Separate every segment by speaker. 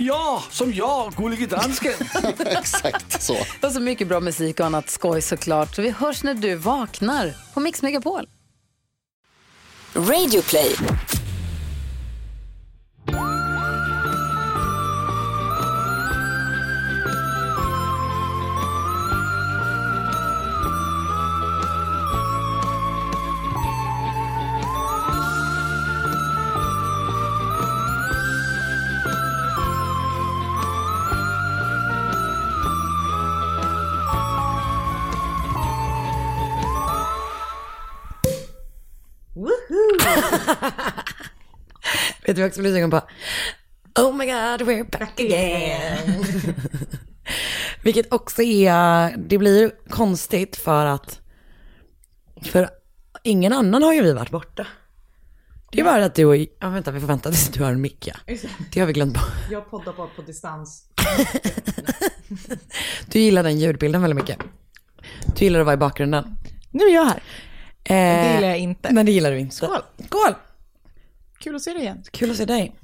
Speaker 1: Ja, som jag, Gullige Dansken.
Speaker 2: Exakt så.
Speaker 3: Och så mycket bra musik och annat skoj såklart. Så vi hörs när du vaknar på Mix Megapol.
Speaker 4: Radio play.
Speaker 5: Vet du vad jag också blev sugen på? Oh my god, we're back again. Vilket också är, det blir konstigt för att, för ingen annan har ju vi varit borta. Det är bara att du och, ja vänta vi får vänta tills du har en mick ja. Det har vi glömt på.
Speaker 6: Jag poddar bara på distans.
Speaker 5: Du gillar den ljudbilden väldigt mycket. Du gillar att vara i bakgrunden.
Speaker 6: Nu är jag här.
Speaker 5: Eh,
Speaker 6: Det gillar jag inte.
Speaker 5: Nej det gillar du inte.
Speaker 6: Skål.
Speaker 5: Skål!
Speaker 6: Kul att se dig igen.
Speaker 5: Kul att se dig.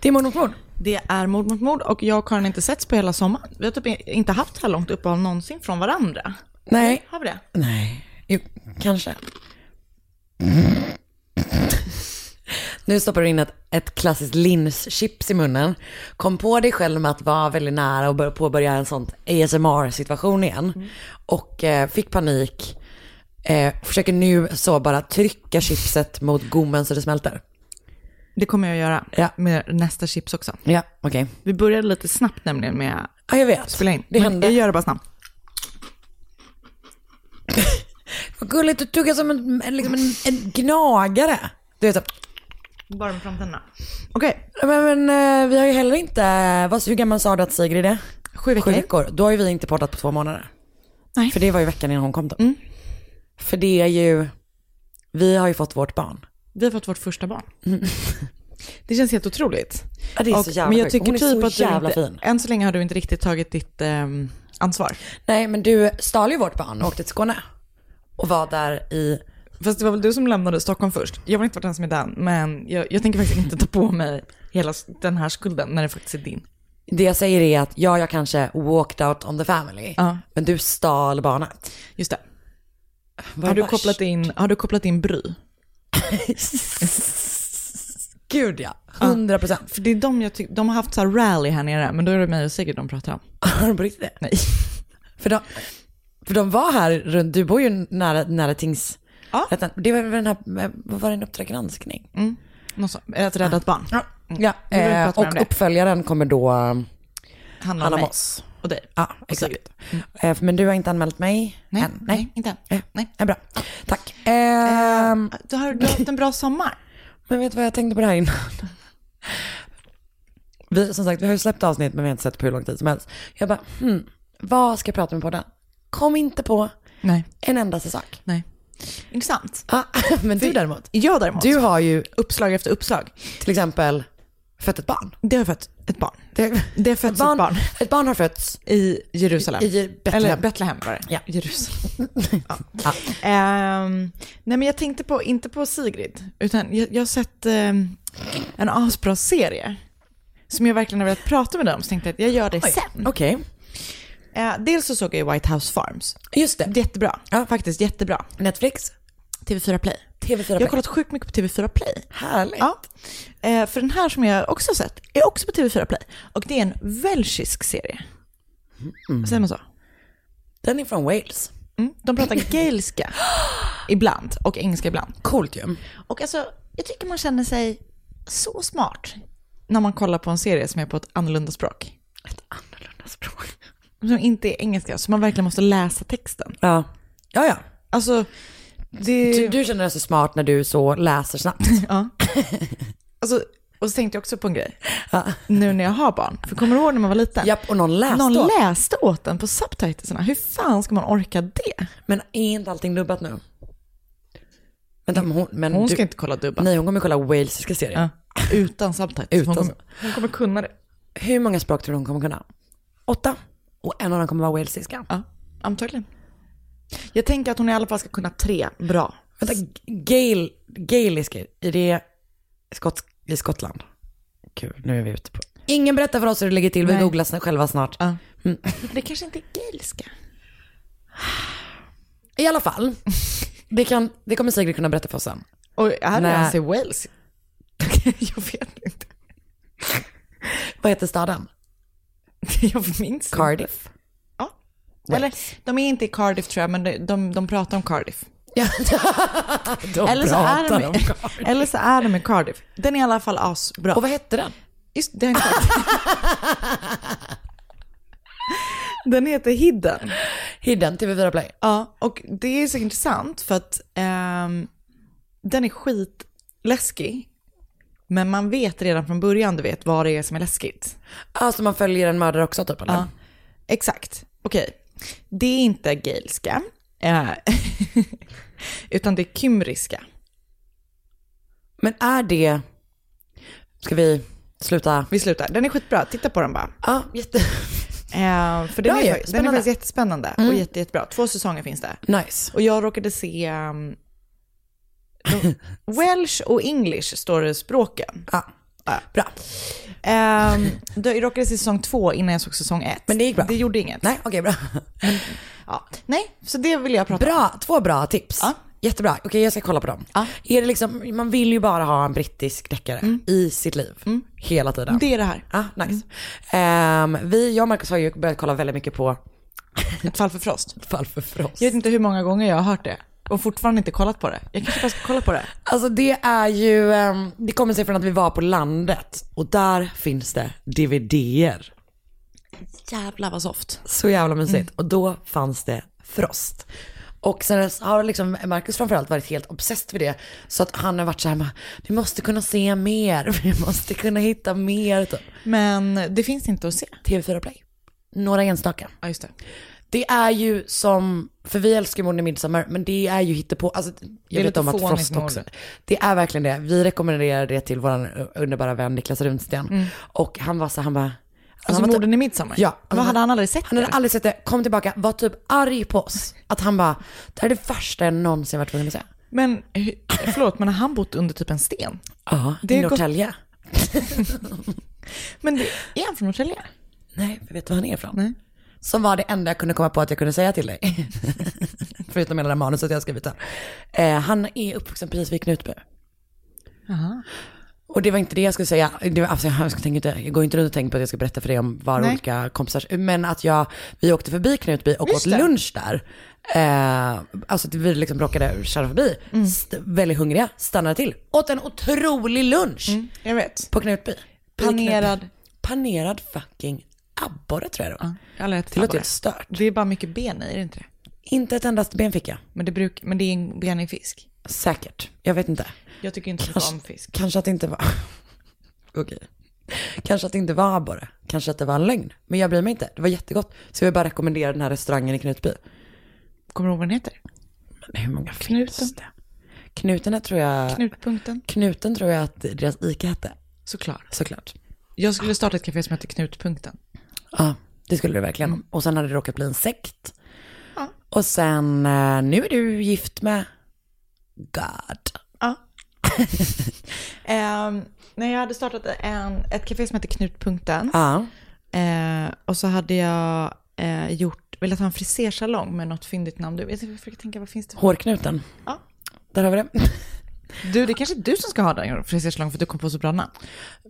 Speaker 5: Det är mord mot mord.
Speaker 6: Det är Mord mot mord och jag och Karin har inte setts på hela sommaren. Vi har typ inte haft så här långt uppehåll någonsin från varandra.
Speaker 5: Nej.
Speaker 6: Har vi det?
Speaker 5: Nej, jo, kanske. Nu stoppar du in ett, ett klassiskt linschips i munnen. Kom på dig själv med att vara väldigt nära och börja påbörja en sån ASMR-situation igen. Och eh, fick panik. Eh, försöker nu så bara trycka chipset mot gommen så det smälter.
Speaker 6: Det kommer jag göra
Speaker 5: Ja.
Speaker 6: med nästa chips också.
Speaker 5: Ja, okej.
Speaker 6: Vi började lite snabbt nämligen med att
Speaker 5: Ja, jag vet.
Speaker 6: spela in.
Speaker 5: Det
Speaker 6: Men
Speaker 5: hände.
Speaker 6: Jag gör det bara snabbt.
Speaker 5: Vad gulligt, du tuggar som en, en- liksom en, en gnagare. Du vet så,
Speaker 6: Bara med framtänderna. Okej,
Speaker 5: men, men eh, vi har ju heller inte, vad, hur gammal sa du att Sigrid är?
Speaker 6: sju veckor.
Speaker 5: Sju veckor. Då har ju vi inte poddat på två månader.
Speaker 6: Nej.
Speaker 5: För det var ju veckan innan hon kom då. För det är ju, vi har ju fått vårt barn.
Speaker 6: Vi har fått vårt första barn. Det känns helt otroligt.
Speaker 5: Ja, Mm. det är
Speaker 6: Och-
Speaker 5: så jävla
Speaker 6: men jag
Speaker 5: sjukt.
Speaker 6: tycker
Speaker 5: Hon är
Speaker 6: typ
Speaker 5: så
Speaker 6: att du
Speaker 5: jävla
Speaker 6: inte,
Speaker 5: fin.
Speaker 6: Än så länge har du inte riktigt tagit ditt ehm, ansvar.
Speaker 5: Nej men du stal ju vårt barn och åkte till Skåne. Och var där i,
Speaker 6: Fast det var väl du som lämnade Stockholm först. Jag har inte varit den som är den, men jag, jag tänker faktiskt inte ta på mig hela s- den här skulden när det faktiskt är din.
Speaker 5: det jag säger är att ja, jag kanske walked out on the family.
Speaker 6: Ja.
Speaker 5: Men du stal barnet.
Speaker 6: Just det.
Speaker 5: Vad
Speaker 6: Har du,
Speaker 5: värst.
Speaker 6: kopplat in, har du kopplat in Bry?
Speaker 5: Gud ja, 100 procent.
Speaker 6: För det är de jag tycker, de har haft så här rally här nere, men då är det mig och Sigrid de pratar om.
Speaker 5: Har du på riktigt det?
Speaker 6: Nej.
Speaker 5: För de, för de var här runt, du bor ju nära, nära tings...
Speaker 6: Ja.
Speaker 5: Det var väl den här, vad var det, en Uppdrag granskning?
Speaker 6: Någon som, ett räddat barn. Mm.
Speaker 5: Ja, ja.
Speaker 6: Nu vill vi
Speaker 5: Eh,
Speaker 6: prata mer om
Speaker 5: och
Speaker 6: det.
Speaker 5: uppföljaren kommer då,
Speaker 6: Handlar
Speaker 5: Hanna
Speaker 6: om mig.
Speaker 5: Moss.
Speaker 6: Och dig.
Speaker 5: Ja,
Speaker 6: Och
Speaker 5: exakt.
Speaker 6: Sigrid.
Speaker 5: Eh, men du har inte anmält mig
Speaker 6: Mm. Nej,
Speaker 5: än?
Speaker 6: nej, inte än.
Speaker 5: Eh,
Speaker 6: Nej. Eh,
Speaker 5: eh, bra, tack. Ehm,
Speaker 6: Du har, du har haft en bra sommar.
Speaker 5: men vet du vad jag tänkte på det här innan? Vi, som sagt, vi har ju släppt avsnitt men vi har inte sett på hur lång tid som helst. Jag bara, hmm, vad ska jag prata med podden? Kom inte på
Speaker 6: Nej.
Speaker 5: en endaste sak.
Speaker 6: Nej. Intressant.
Speaker 5: Ah, men du däremot,
Speaker 6: Jag däremot.
Speaker 5: du har ju
Speaker 6: Uppslag efter uppslag.
Speaker 5: till exempel fött ett barn.
Speaker 6: Det har fött ett barn.
Speaker 5: Det,
Speaker 6: Det har fötts ett barn.
Speaker 5: ett barn har fötts
Speaker 6: I Jerusalem.
Speaker 5: i
Speaker 6: Eller
Speaker 5: Betlehem.
Speaker 6: Betlehem var det.
Speaker 5: Ja.
Speaker 6: Jerusalem. ja. Ehm, nej men jag tänkte på, inte på Sigrid, utan jag, jag har sett ehm, en asbra serie som jag verkligen har velat prata med dig om, så tänkte jag att jag gör det sen.
Speaker 5: Okej,
Speaker 6: Eh, dels så såg jag White House Farms.
Speaker 5: just det.
Speaker 6: Jättebra,
Speaker 5: Ja.
Speaker 6: faktiskt jättebra.
Speaker 5: Netflix,
Speaker 6: TV4 Play.
Speaker 5: TV4
Speaker 6: Jag har
Speaker 5: Play.
Speaker 6: kollat sjukt mycket på TV4 Play.
Speaker 5: Härligt.
Speaker 6: Ja. Eh, för den här som jag också har sett är också på TV4 Play. Och det är en welsisk serie. Säger man så?
Speaker 5: Den är från Wales.
Speaker 6: Mm. De pratar gaelska ibland och engelska ibland.
Speaker 5: Coolt ju.
Speaker 6: Och alltså, jag tycker man känner sig så smart när man kollar på en serie som är på ett annorlunda språk.
Speaker 5: Ett annorlunda språk.
Speaker 6: Som inte är engelska, så man verkligen måste läsa texten.
Speaker 5: Ja. Ja, ja.
Speaker 6: Alltså, det...
Speaker 5: Du, du känner dig så smart när du så läser snabbt.
Speaker 6: Ja. Alltså, och så tänkte jag också på en grej. Nu när jag har barn. För kommer du ihåg när man var liten?
Speaker 5: Japp, och någon läste
Speaker 6: Någon
Speaker 5: åt.
Speaker 6: läste åt den på subtitlerna. Hur fan ska man orka det?
Speaker 5: Men är inte allting dubbat nu? Vänta, men hon, men
Speaker 6: Hon
Speaker 5: du,
Speaker 6: ska inte kolla dubbat.
Speaker 5: Nej, hon kommer kolla walesiska serier.
Speaker 6: Ja. Utan subtitles.
Speaker 5: Utan-
Speaker 6: Hon, kommer, hon kommer kunna det.
Speaker 5: Hur många språk tror du hon kommer kunna? Åtta. Och en av dem kommer vara walesiska.
Speaker 6: Ja, antagligen. Jag tänker att hon i alla fall ska kunna tre bra.
Speaker 5: Vänta, g- gael, gaeliska, är det Skott, i Skottland? Kul, nu är vi ute på... Ingen berättar för oss hur det ligger till, vi
Speaker 6: Nej.
Speaker 5: googlar sn- själva snart.
Speaker 6: Ja. Det kanske inte är gaelska.
Speaker 5: I alla fall, det, kan, det kommer Sigrid kunna berätta för oss sen.
Speaker 6: Och här
Speaker 5: Nej.
Speaker 6: är han i Wales. jag vet inte.
Speaker 5: Vad heter staden?
Speaker 6: Jag minns inte.
Speaker 5: Cardiff.
Speaker 6: Ja. Eller, de är inte i Cardiff tror jag, men de, de, de pratar om Cardiff.
Speaker 5: Ja, de
Speaker 6: Eller så, är
Speaker 5: pratar
Speaker 6: de,
Speaker 5: om
Speaker 6: i-
Speaker 5: Cardiff.
Speaker 6: eller så är de i Cardiff. Den är i alla fall asbra.
Speaker 5: Och vad hette den?
Speaker 6: Just den Den heter Hidden.
Speaker 5: Hidden, TV4 Play.
Speaker 6: Ja, och det är så intressant för att ehm, den är skitläskig. Men man vet redan från början, du vet, vad det är som är läskigt.
Speaker 5: Alltså man följer en mördare också typ. eller?
Speaker 6: Ja. Exakt, okej. Det är inte gaelska, eh, utan det är kymriska.
Speaker 5: Men är det... Ska vi sluta?
Speaker 6: Vi slutar. Den är skitbra, titta på den bara.
Speaker 5: Ja, jätte...
Speaker 6: Eh, för
Speaker 5: Bra
Speaker 6: den
Speaker 5: ju,
Speaker 6: är, faktiskt- Mm. den
Speaker 5: spännande.
Speaker 6: är faktiskt jättespännande och jätte, jättebra. Två säsonger finns det.
Speaker 5: Nice.
Speaker 6: Och jag råkade se um, de- Welsh och English står det i språken.
Speaker 5: Ja. Bra.
Speaker 6: Um, då jag råkade se säsong två innan jag såg säsong ett.
Speaker 5: Men det gick bra.
Speaker 6: Det gjorde inget.
Speaker 5: Nej, okej bra.
Speaker 6: Ja. Nej, så det vill jag prata om.
Speaker 5: Bra, två bra tips.
Speaker 6: Ja.
Speaker 5: Jättebra. Okej, jag ska kolla på dem.
Speaker 6: Ja.
Speaker 5: Är det liksom, man vill ju bara ha en brittisk deckare i sitt liv. Hela tiden.
Speaker 6: Det är det här.
Speaker 5: Ah, nice. Ehm, vi, jag och Marcus har ju börjat kolla väldigt mycket på
Speaker 6: Ett fall för Frost.
Speaker 5: Fall för Frost.
Speaker 6: Jag vet inte hur många gånger jag har hört det och fortfarande inte kollat på det. Jag kanske bara ska kolla på det.
Speaker 5: Alltså det är ju, ehm, det kommer sig från att vi var på landet och där finns det DVDer.
Speaker 6: Jävlar vad soft.
Speaker 5: Så jävla mysigt. Och då fanns det Frost. Och sen dess har liksom Marcus framförallt varit helt obsessed vid det. Så att han har varit så här med, vi måste kunna se mer, vi måste kunna hitta mer. Typ.
Speaker 6: Men det finns inte att se.
Speaker 5: TV4 Play. Några enstaka.
Speaker 6: Ja, just det.
Speaker 5: Det är ju som, för vi älskar ju morden i midsommar, men det är ju hittepå, alltså, jag
Speaker 6: är
Speaker 5: vet
Speaker 6: lite
Speaker 5: om att
Speaker 6: fånigt
Speaker 5: Frost
Speaker 6: med
Speaker 5: också,
Speaker 6: orden.
Speaker 5: det är verkligen det. Vi rekommenderar det till vår underbara vän Niklas Runsten. Och han var så, han bara, han
Speaker 6: Mm. Alltså
Speaker 5: var typ-
Speaker 6: morden i midsommar.
Speaker 5: Ja.
Speaker 6: Vad hade han aldrig sett
Speaker 5: Han hade
Speaker 6: det?
Speaker 5: aldrig sett det, kom tillbaka, var typ arg på oss. Att han bara, det här är det första jag någonsin varit tvungen att säga.
Speaker 6: Men hur- förlåt, men har han bott under typ en sten?
Speaker 5: Ja,
Speaker 6: Det
Speaker 5: i
Speaker 6: är gott-
Speaker 5: Norrtälje.
Speaker 6: Men det, är han från Norrtälje?
Speaker 5: Nej, vet du var han är ifrån? Som var det enda jag kunde komma på att jag kunde säga till dig. Förutom hela det här manuset jag har skrivit där. Eh, han är uppvuxen precis vid Knutby. Och det var inte det jag skulle säga. Det var, alltså, jag, ska tänka inte, jag går inte runt och tänker på att jag ska berätta för dig om var
Speaker 6: Nej.
Speaker 5: olika kompisar... Men att jag, vi åkte förbi Knutby och
Speaker 6: Just
Speaker 5: åt
Speaker 6: det.
Speaker 5: lunch där. Eh, alltså att vi liksom råkade köra förbi.
Speaker 6: Mm.
Speaker 5: St- väldigt hungriga, stannade till. Åt en otrolig lunch
Speaker 6: Mm, Jag vet.
Speaker 5: på Knutby. I
Speaker 6: Panerad-
Speaker 5: Knutby. Panerad fucking abborre tror jag det var.
Speaker 6: Jag har lärt
Speaker 5: Det låter helt stört.
Speaker 6: Det är bara mycket ben i, är det inte det?
Speaker 5: Inte ett endast ben fick jag.
Speaker 6: Men det, bruk, men det är en ben i fisk.
Speaker 5: Säkert. Jag vet inte.
Speaker 6: Jag tycker inte
Speaker 5: Kanske-
Speaker 6: så om fisk.
Speaker 5: Kanske att det inte var... Okej. Kanske att det inte var abborre. Kanske att det var en lögn. Men jag bryr mig inte. Det var jättegott. Så jag vill bara rekommendera den här restaurangen i Knutby.
Speaker 6: Kommer du ihåg vad den heter?
Speaker 5: Men hur många
Speaker 6: Knuten.
Speaker 5: finns det? Knutarna tror jag...
Speaker 6: Knutpunkten.
Speaker 5: Knuten tror jag att deras ICA hette.
Speaker 6: Såklart.
Speaker 5: Såklart.
Speaker 6: Jag skulle starta ett café som heter Knutpunkten.
Speaker 5: Ja, det skulle det verkligen. Och sen hade det råkat bli en sekt. Och sen, eh, nu är du gift med God.
Speaker 6: Ehm, nej, jag hade startat en, ett café som heter Knutpunkten.
Speaker 5: Ja.
Speaker 6: Eh, och så hade jag eh, gjort, velat ha en frisersalong med något fyndigt namn. Du, jag försöker tänka, vad finns det för...
Speaker 5: Hårknuten.
Speaker 6: Ja.
Speaker 5: Där har vi det.
Speaker 6: Du, det är kanske är du som ska ha den frisersalongen för du kom på så bra namn.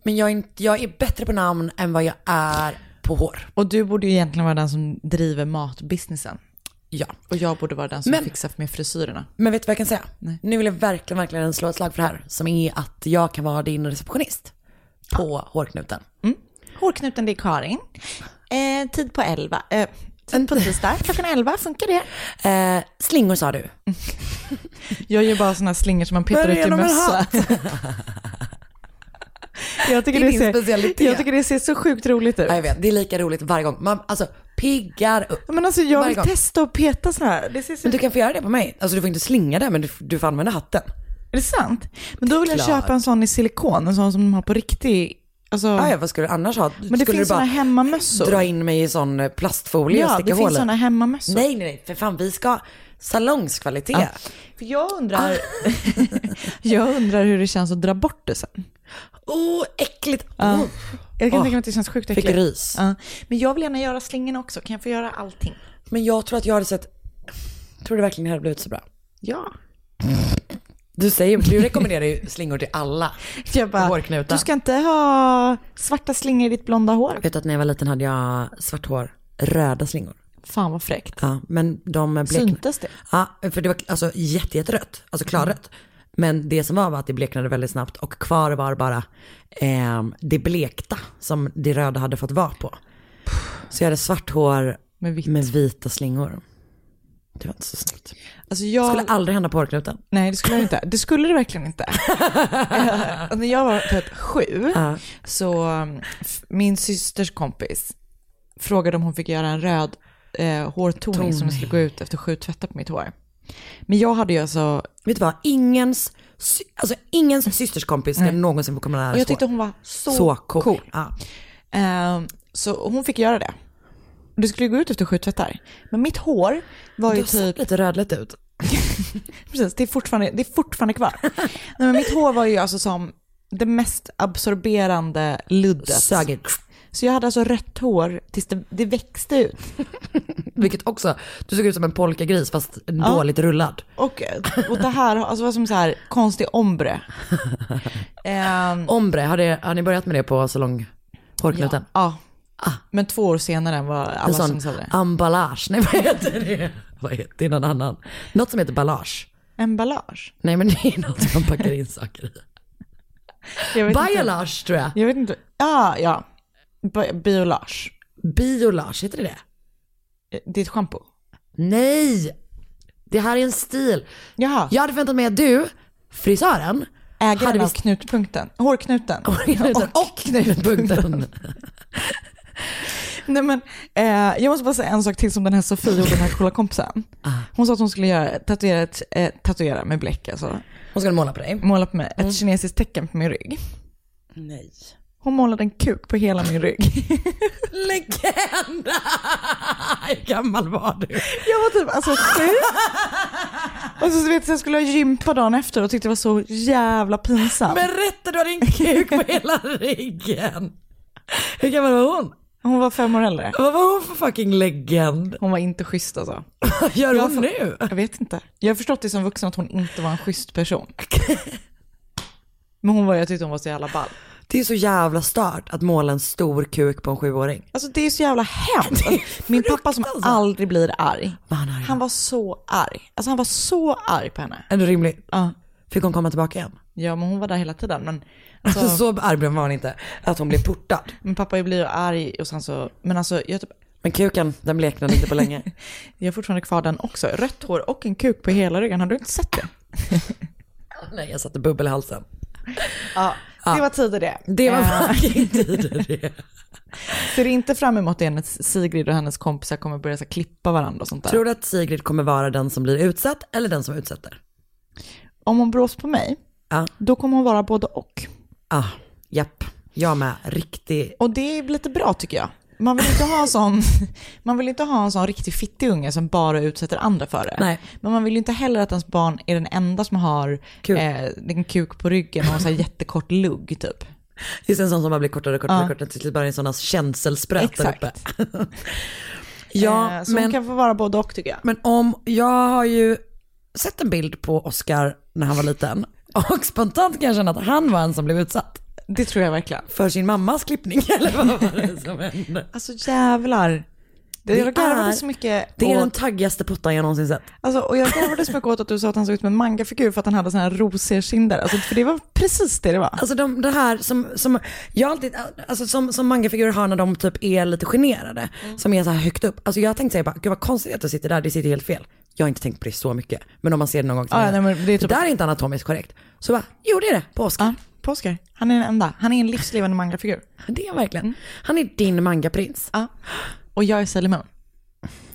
Speaker 5: Men jag är, inte, jag är bättre på namn än vad jag är på hår.
Speaker 6: Och du borde ju egentligen vara den som driver matbusinessen.
Speaker 5: Ja.
Speaker 6: Och jag borde vara den som
Speaker 5: Men-
Speaker 6: fixar med frisyrerna.
Speaker 5: Men vet du vad jag kan säga? Nu vill jag verkligen, verkligen slå ett slag för det här. Som är att jag kan vara din receptionist. på hårknuten.
Speaker 6: Hårknuten, det är Karin. Eh, tid på 11. Eh, tid på tisdag, klockan 11. Funkar det?
Speaker 5: Eh, slingor sa du.
Speaker 6: Jag gör bara sådana slingor som man petar
Speaker 5: Börja
Speaker 6: ut i
Speaker 5: genom en
Speaker 6: mössa. jag, tycker
Speaker 5: Det är
Speaker 6: det
Speaker 5: din specialitet.
Speaker 6: ser, jag tycker det ser så sjukt roligt ut.
Speaker 5: Ja, jag vet, det är lika roligt varje gång. Man alltså, piggar upp.
Speaker 6: Men alltså jag
Speaker 5: Varje
Speaker 6: vill
Speaker 5: gång.
Speaker 6: testa att peta sådana här. Det ser så...
Speaker 5: Men du kan få göra det på mig. Alltså du får inte slinga det men du, du får använda hatten.
Speaker 6: Är det sant? Men då vill jag
Speaker 5: Klart.
Speaker 6: köpa en sån i silikon, en sån som de har på riktig. Alltså...
Speaker 5: Ja, ja, vad skulle du annars ha?
Speaker 6: Men det
Speaker 5: skulle
Speaker 6: finns
Speaker 5: du
Speaker 6: såna
Speaker 5: bara
Speaker 6: hemmamössor.
Speaker 5: dra in mig i sån eh, plastfolie och
Speaker 6: ja,
Speaker 5: sticka
Speaker 6: det finns
Speaker 5: hålen?
Speaker 6: såna hemmamössor.
Speaker 5: Nej, nej, nej, för fan vi ska ha salongskvalitet.
Speaker 6: För jag undrar, Ah. jag undrar hur det känns att dra bort det sen.
Speaker 5: Åh, äckligt.
Speaker 6: Ja.
Speaker 5: Åh,
Speaker 6: Jag kan
Speaker 5: Åh,
Speaker 6: tänka mig att det känns sjukt
Speaker 5: fick
Speaker 6: äckligt.
Speaker 5: rys.
Speaker 6: Ja. Men jag vill gärna göra slingorna också, kan jag få göra allting?
Speaker 5: Men jag tror att jag hade sett, tror du verkligen det hade blivit så bra?
Speaker 6: Ja.
Speaker 5: Du säger, du rekommenderar ju slingor till alla.
Speaker 6: Jag bara,
Speaker 5: Hårknutar.
Speaker 6: du ska inte ha svarta slingor i ditt blonda hår.
Speaker 5: Vet du att när jag var liten hade jag svart hår, röda slingor.
Speaker 6: Fan vad fräckt.
Speaker 5: Ja, men de bleknade.
Speaker 6: Syntes det?
Speaker 5: Ja, för det var alltså jätte, jätterött, alltså klarrött. Men det som var var att det bleknade väldigt snabbt och kvar var bara ehm, det blekta som det röda hade fått vara på. Så jag hade svart hår
Speaker 6: Med vitt.
Speaker 5: med vita slingor. Det var inte så snyggt.
Speaker 6: Alltså
Speaker 5: Det
Speaker 6: jag...
Speaker 5: skulle aldrig hända på hårknuten.
Speaker 6: Nej, det skulle det inte. Det skulle det verkligen inte. Eh, och när jag var typ sju,
Speaker 5: Ja.
Speaker 6: så um, f- min systers kompis frågade om hon fick göra en röd eh, hårtoning som skulle gå ut efter sju tvättar på mitt hår. Men jag hade ju alltså,
Speaker 5: Vet du vad, ingens, sy- alltså ingens systers kompis ska någonsin få komma nära
Speaker 6: och jag
Speaker 5: så-
Speaker 6: tyckte hon var så,
Speaker 5: så
Speaker 6: cool.
Speaker 5: cool. Ja.
Speaker 6: Eh, så hon fick göra det. Det skulle gå ut efter sju tvättar. Men mitt hår var ju
Speaker 5: Du ser
Speaker 6: typ...
Speaker 5: lite rödligt ut.
Speaker 6: Precis, det är fortfarande, det är fortfarande kvar. Nej, men mitt hår var ju alltså som det mest absorberande luddet.
Speaker 5: Sög in.
Speaker 6: Så jag hade alltså rött hår tills det, det växte ut.
Speaker 5: Vilket också, du såg ut som en polkagris fast dåligt rullad.
Speaker 6: Och, och det här alltså var som så här konstig ombre. Ehm,
Speaker 5: Ombre, har, det, har ni börjat med det på salong hårknuten?
Speaker 6: ja. Men två år senare var alla
Speaker 5: En
Speaker 6: som sa
Speaker 5: sån
Speaker 6: det.
Speaker 5: emballage, nej vad heter det? Vad heter det? är någon annan. Något som heter ballage.
Speaker 6: Emballage?
Speaker 5: Nej men det är något man packar in saker i.
Speaker 6: Jag vet inte.
Speaker 5: Biolage tror jag.
Speaker 6: Jag vet inte. Ja, ja. Bi- Biolage.
Speaker 5: Biolage, heter det det?
Speaker 6: Eh, Det är ett schampo.
Speaker 5: Nej! Det här är en stil.
Speaker 6: Jaha,
Speaker 5: Jag hade förväntat mig att du, frisören, hade
Speaker 6: ägaren av
Speaker 5: visst-
Speaker 6: knutpunkten. Hårknuten.
Speaker 5: och, och knutpunkten.
Speaker 6: Nej men, eh, jag måste bara säga en sak till som den här Sofie och den här coola kompisen.
Speaker 5: Ah.
Speaker 6: Hon sa att hon skulle göra, tatuera, ett, eh, tatuera med bläck alltså.
Speaker 5: Hon skulle måla på dig.
Speaker 6: måla på mig ett
Speaker 5: Mm.
Speaker 6: kinesiskt tecken på min rygg.
Speaker 5: Nej.
Speaker 6: Hon målade en kuk på hela min rygg.
Speaker 5: Legend! Hur gammal var du?
Speaker 6: Jag var typ alltså sju. Och så, så vet jag, jag skulle ha gympa dagen efter och tyckte det var så jävla pinsamt.
Speaker 5: Berätta, du hade en kuk på hela ryggen. Hur gammal var hon?
Speaker 6: Hon var fem år äldre.
Speaker 5: Vad var hon för fucking legend?
Speaker 6: Hon var inte schysst alltså.
Speaker 5: Vad gör hon
Speaker 6: får-
Speaker 5: nu?
Speaker 6: Jag vet inte. Jag har förstått det som vuxen att hon inte var en schysst person. Men hon var, jag tyckte hon var så jävla ball.
Speaker 5: Det är så jävla stört att måla en stor kuk på en sjuåring.
Speaker 6: Alltså det är så jävla hemskt. Min pappa som
Speaker 5: fruktansvärt.
Speaker 6: aldrig blir arg.
Speaker 5: Var han arg då?
Speaker 6: Han var så arg. Alltså han var så arg på henne.
Speaker 5: Ändå rimligt.
Speaker 6: Ja,
Speaker 5: Fick hon komma tillbaka igen?
Speaker 6: ja men hon var där hela tiden. Men alltså,
Speaker 5: Så, så arg blev man inte att hon blev portad.
Speaker 6: Min pappa blir ju arg och sen så, men alltså jag, har typ,
Speaker 5: Men kuken, den bleknade inte på länge.
Speaker 6: jag har fortfarande kvar den också. Rött hår och en kuk på hela ryggen, har du inte sett det?
Speaker 5: Nej, jag satte bubbel i halsen.
Speaker 6: Ja, det var tider det.
Speaker 5: Det var
Speaker 6: Eh,
Speaker 5: fucking tider det.
Speaker 6: ser inte fram emot det när Sigrid och hennes kompisar kommer börja så här, klippa varandra och sånt där.
Speaker 5: Tror du att Sigrid kommer vara den som blir utsatt eller den som utsätter?
Speaker 6: Om hon brås på mig,
Speaker 5: Ja.
Speaker 6: då kommer hon vara både och.
Speaker 5: Ah, japp. Jag med. Riktig
Speaker 6: Och det är lite bra tycker jag. Man vill inte ha en sån, man vill inte ha en sån riktig fittig unge som bara utsätter andra för det.
Speaker 5: Nej.
Speaker 6: Men man vill ju inte heller att ens barn är den enda som har
Speaker 5: Kuk.
Speaker 6: eh, en kuk på ryggen och en sån här jättekort lugg typ.
Speaker 5: Just en sån som bara blir kortare och kortare och kortare till slut bara är en sån här känselspröt där
Speaker 6: Exakt.
Speaker 5: uppe. ja,
Speaker 6: Eh, så hon
Speaker 5: men,
Speaker 6: kan få vara både och tycker jag.
Speaker 5: men om, jag har ju sett en bild på Oscar när han var liten och spontant kan jag känna att han var en som blev utsatt
Speaker 6: Det tror jag verkligen.
Speaker 5: för sin mammas klippning eller vad var det som hände?
Speaker 6: Alltså jävlar. Det jag
Speaker 5: Det är-
Speaker 6: garvade så mycket
Speaker 5: Det är den
Speaker 6: åt,
Speaker 5: taggigaste pottan jag någonsin sett.
Speaker 6: alltså, och jag garvade så mycket åt att du sa att han såg ut som en mangafigur för att han hade sådana här rosiga kinder. Alltså, för det var precis det det var.
Speaker 5: Alltså de, det här som, som jag alltid, alltså som, som mangafigurer har när de typ är lite generade,
Speaker 6: Mm.
Speaker 5: som är så här högt upp. Alltså jag tänkte säga bara, gud vad konstigt att du sitter där, det sitter helt fel. Jag har inte tänkt på det så mycket, men om man ser det någon gång så
Speaker 6: Ja,
Speaker 5: är det-
Speaker 6: nej, men det är typ-
Speaker 5: där är inte anatomiskt korrekt. Så bara, jo det är det, på Oscar.
Speaker 6: Ja, på Oscar. Han är den enda. Han är en livslevande mangafigur.
Speaker 5: Det är verkligen. Han är din mangaprins.
Speaker 6: Mm. Ja. Och jag är Sailor Moon.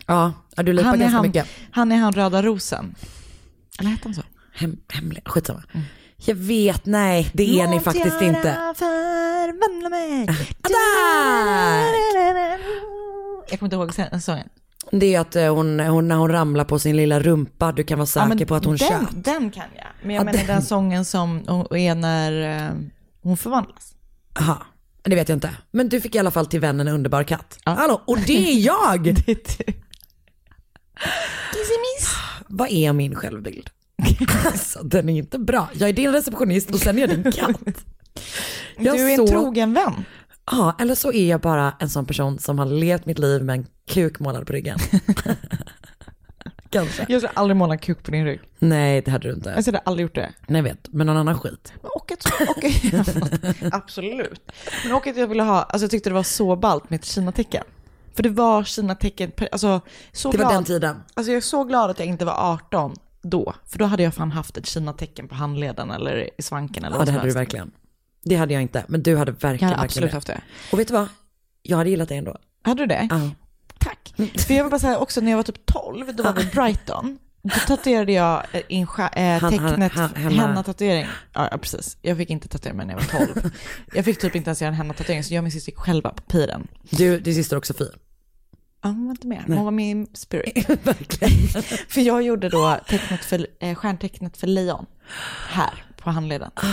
Speaker 5: Ja, ja du lipar
Speaker 6: Han är
Speaker 5: ganska
Speaker 6: han,
Speaker 5: mycket.
Speaker 6: han är han röda rosen. Eller hette han så?
Speaker 5: Hem, hemlig, skitsamma.
Speaker 6: Mm.
Speaker 5: Jag vet, nej det är ni faktiskt inte.
Speaker 6: Förvandla mig. Jag kommer inte ihåg sen- sången.
Speaker 5: Det är att eh, hon, hon, när hon ramlar på sin lilla rumpa, du kan vara
Speaker 6: Ja,
Speaker 5: säker på att hon
Speaker 6: den,
Speaker 5: tjöt.
Speaker 6: den kan jag. Men jag
Speaker 5: Ja,
Speaker 6: menar
Speaker 5: den.
Speaker 6: den. sången som hon- är när eh, hon förvandlas.
Speaker 5: Aha. Det vet jag inte. Men du fick i alla fall till vännen en underbar katt. Hallå, och det är jag!
Speaker 6: Det är du. Kissemiss.
Speaker 5: Vad är min självbild? alltså den är inte bra. Jag är din receptionist och sen är jag din katt. Jag
Speaker 6: Du är en
Speaker 5: så-
Speaker 6: trogen vän.
Speaker 5: Ja, eller så är jag bara en sån person som har levt mitt liv med en kuk målad på ryggen. Kanske.
Speaker 6: Jag skulle aldrig måla en kuk på din rygg.
Speaker 5: Nej, det hade du
Speaker 6: Jag
Speaker 5: inte.
Speaker 6: skulle aldrig gjort det.
Speaker 5: Nej, jag vet. Men någon annan skit.
Speaker 6: Och att, och, absolut. Men och att jag ville ha, alltså jag tyckte det var så ballt med ett Kina-tecken. För det var Kina-tecken, per- alltså så
Speaker 5: Det var
Speaker 6: glad,
Speaker 5: den tiden.
Speaker 6: Alltså jag är så glad att jag inte var 18 då. För då hade jag fan haft ett Kina-tecken på handleden eller i svanken eller
Speaker 5: Ja,
Speaker 6: vad
Speaker 5: det
Speaker 6: som
Speaker 5: hade du
Speaker 6: helst.
Speaker 5: verkligen. Det hade jag inte. Men du hade
Speaker 6: Jag
Speaker 5: verkligen,
Speaker 6: hade absolut
Speaker 5: verkligen det.
Speaker 6: haft det.
Speaker 5: Och vet du vad? Jag hade gillat det ändå.
Speaker 6: Hade du det?
Speaker 5: Ja.
Speaker 6: Tack. För jag vill bara säga också, när jag var typ 12, då var vi i Brighton. Då tatuerade jag eh, in scha- eh,
Speaker 5: Han- han-
Speaker 6: tecknet,
Speaker 5: han- Henna.
Speaker 6: henna-tatuering. Ja, ja, precis. Jag fick inte tatuera mig när jag var 12. jag fick typ inte ens göra en henna-tatuering, så jag och min syster gick själva på piren.
Speaker 5: Du, din syster också Sofie.
Speaker 6: Ja, hon var inte med. Hon var med i Spirit.
Speaker 5: verkligen.
Speaker 6: för jag gjorde då tecknet för, eh, stjärntecknet för lejon här på handleden.
Speaker 5: Ah.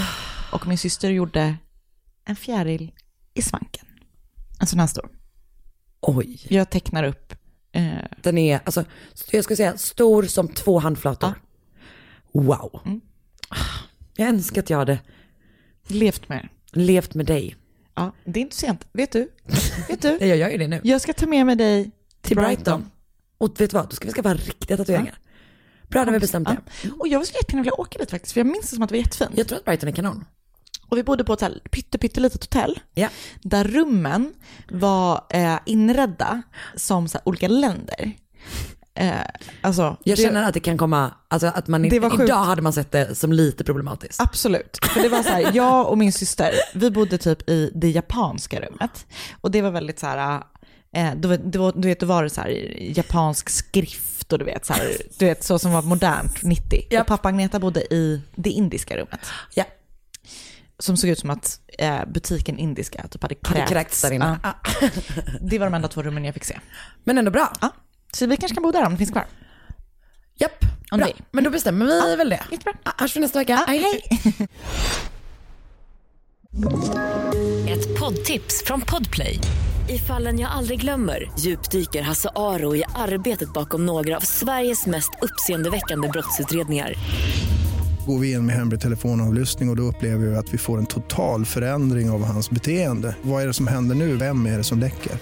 Speaker 6: Och min syster gjorde en fjäril i svanken. En sån här stor.
Speaker 5: Oj.
Speaker 6: Jag tecknar upp. Eh,
Speaker 5: Den är, alltså, jag skulle säga stor som två handflator. Wow. Jag önskar att jag hade
Speaker 6: levt med det.
Speaker 5: levt med dig.
Speaker 6: Ja, det är inte sent. Vet du? Vet du?
Speaker 5: Nej, jag gör ju det nu.
Speaker 6: Jag ska ta med mig dig till,
Speaker 5: Till Brighton. Och vet du vad, då ska vi skaffa riktiga tatueringar. Bra, då har vi bestämt det.
Speaker 6: Ja. Mm. Och jag skulle jättegärna vilja åka dit faktiskt, för jag minns det som att det var jättefint.
Speaker 5: Jag tror att Brighton är kanon.
Speaker 6: Och vi bodde på ett så här pytte, pyttelitet hotell,
Speaker 5: Ja.
Speaker 6: där rummen var eh, inredda som så här, olika länder. Eh, alltså,
Speaker 5: Jag
Speaker 6: det-
Speaker 5: känner att det kan komma, alltså att man
Speaker 6: Det var
Speaker 5: inte,
Speaker 6: sjukt.
Speaker 5: idag hade man sett det som lite problematiskt.
Speaker 6: Absolut. För det var så här, jag och min syster, vi bodde typ i det japanska rummet. Och det var väldigt så här, eh, då, var- då, du vet, då var det så här japansk skrift och du vet så, här, du vet, så som var modernt 90.
Speaker 5: Japp.
Speaker 6: Och pappa Agneta bodde i det indiska rummet.
Speaker 5: Ja.
Speaker 6: Som såg ut som att eh, butiken indiska typ hade
Speaker 5: Hade
Speaker 6: kräkts.
Speaker 5: kräkts där inne.
Speaker 6: Ja. Det var de enda två rummen jag fick se.
Speaker 5: Men ändå bra.
Speaker 6: Ja. Så vi kanske kan bo där om det finns kvar.
Speaker 5: Japp,
Speaker 6: Om
Speaker 5: bra.
Speaker 6: det-
Speaker 5: Men då bestämmer vi väl det.
Speaker 6: jättebra.
Speaker 5: Ja, Hörs vi nästa vecka. Hej, hej.
Speaker 4: Ett poddtips från Podplay. I fallen jag aldrig glömmer djupdyker Hasse Aro i arbetet bakom några av Sveriges mest uppseendeväckande brottsutredningar.
Speaker 7: Går vi in med hemlig telefonavlyssning och, och då upplever vi att vi får en total förändring av hans beteende. Vad är det som händer nu? Vem är det som läcker?